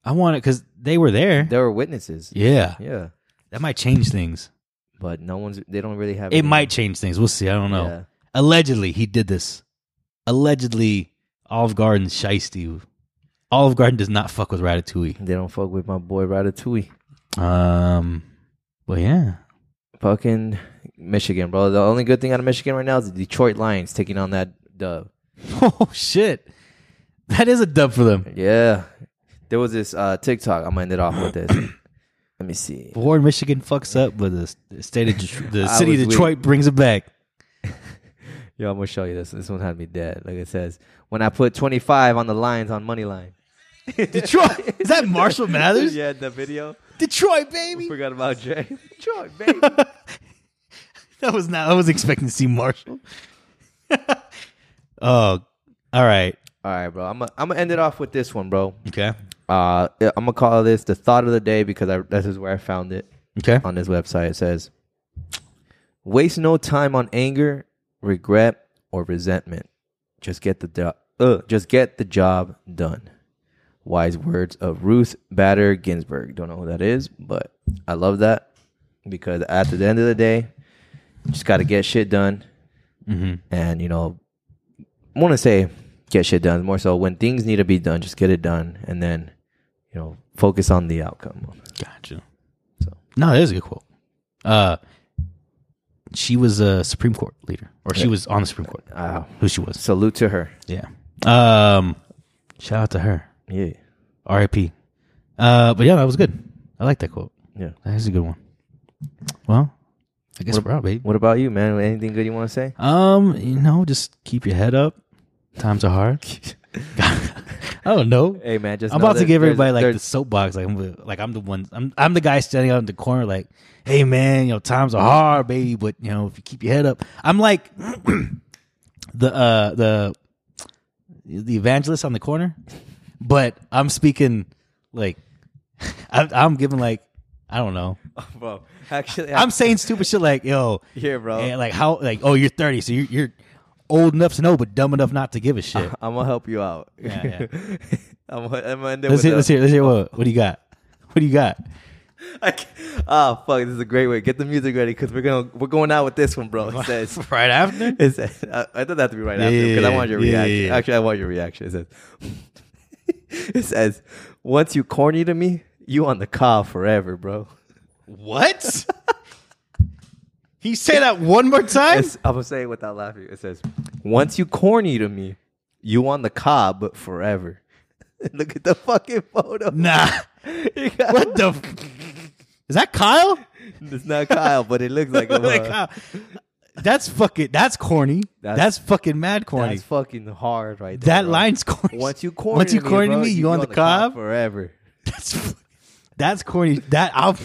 B: I wanna because they were there.
A: There were witnesses.
B: yeah,
A: Yeah,
B: that might change things.
A: but no one's. They don't really have.
B: It
A: any-
B: might change things. We'll see. I don't know.
A: Yeah.
B: allegedly he did this. Allegedly, Olive Garden shiesty. Olive Garden does not fuck with Ratatouille.
A: They don't fuck with my boy Ratatouille.
B: Um, well, yeah,
A: Fucking Michigan, bro. The only good thing out of Michigan right now is the Detroit Lions taking on that dub.
B: oh shit, that is a dub for them.
A: Yeah, there was this uh, TikTok. I'm gonna end it off with this. Let me see.
B: Warren, Michigan fucks up, but the, the state of Det- the
A: I
B: city
A: was
B: of Detroit brings it back.
A: Yo, I'm gonna show you this. This one had me dead. Like it says, when I put 25 on the Lions on money line.
B: Detroit. Is that Marshall Mathers?
A: yeah, the video.
B: Detroit, baby.
A: Forgot about Jay. Detroit, baby.
B: That was not. I was expecting to see Marshall. oh, all right.
A: All right, bro. I'm gonna I'm gonna end it off with this one, bro.
B: Okay.
A: Uh, I'm gonna call this the thought of the day because I, this is where I found it
B: Okay.
A: on this website. It says, "Waste no time on anger, regret, or resentment. Just get the do- uh, just get the job done." Wise words of Ruth Bader Ginsburg. Don't know who that is, but I love that because at the end of the day, you just got to get shit done, and you know I want to say get shit done more so when things need to be done, just get it done, and then you know focus on the outcome.
B: Gotcha.
A: So
B: No, that is a good quote. Uh, she was a Supreme Court leader, or she was on the Supreme Court.
A: uh,
B: Who she was?
A: salute to her.
B: Yeah. Um, shout out to her.
A: Yeah,
B: R.I.P. Uh, but yeah, that was good. I like that quote.
A: yeah.
B: That is a good one. Well, I guess
A: What-
B: we're out, baby.
A: What about you, man? Anything good you want to say?
B: Um, you know, just keep your head up. Times are hard. I don't know.
A: Hey, man, just
B: I'm
A: know
B: about to
A: that
B: give
A: there's-
B: everybody like
A: there's-
B: the soapbox. Like I'm, the- like I'm the one. I'm I'm the guy standing out in the corner. Like, hey man, you know times are hard, baby. But you know if you keep your head up, I'm like the uh the the evangelist on the corner. But I'm speaking like I, I'm giving like I don't know.
A: bro. Actually,
B: I'm saying stupid shit like yo
A: Yeah, bro.
B: and, like how like oh you're 30 so you're, you're old enough to know but dumb enough not to give a shit.
A: I'm gonna help you out.
B: Yeah,
A: I'm, gonna- I'm gonna end it
B: Let's
A: with
B: hear,
A: a-
B: let's hear let's hear
A: uh,
B: what what do you got? What do you got?
A: I can't- Ah, fuck! This is a great way. Get the music ready because we're gonna we're going out with this one, bro. It says
B: right after.
A: It says, I, I thought that had to be right
B: Yeah,
A: after because I
B: yeah,
A: want your
B: yeah, yeah,
A: reaction.
B: yeah.
A: Actually, I want your reaction. It says, it says, once you corny to me, you on the cob forever, bro.
B: What? he say that one more time?
A: It's, I'm gonna say it without laughing. It says, once you corny to me, you on the cob forever. Look at the fucking photo.
B: Nah.
A: You got-
B: What the? F- Is that Kyle?
A: it's not Kyle, but it looks like, him,
B: Like,
A: huh?
B: Kyle. That's fucking. That's corny. That's,
A: That's-
B: fucking mad corny.
A: That's fucking hard, right there.
B: that
A: bro.
B: line's corny.
A: Once you corny,
B: once you corny
A: to me, bro,
B: you, on the, cob.
A: forever.
B: That's fu- that's corny. That I'll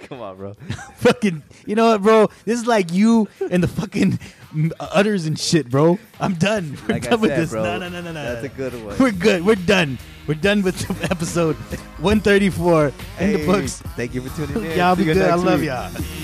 A: Come on, bro.
B: fucking. You know what, bro? This is like you and the fucking mm, udders and shit, bro. I'm done. We're
A: Like I
B: done with
A: said,
B: this.
A: bro,
B: no, no, no, no, no.
A: that's a good one.
B: We're good. We're done. We're done with the episode 134 in the
A: Hey,
B: books.
A: Thank you for tuning in.
B: Y'all
A: See
B: be
A: you
B: good. I
A: next
B: love
A: week.
B: y'all.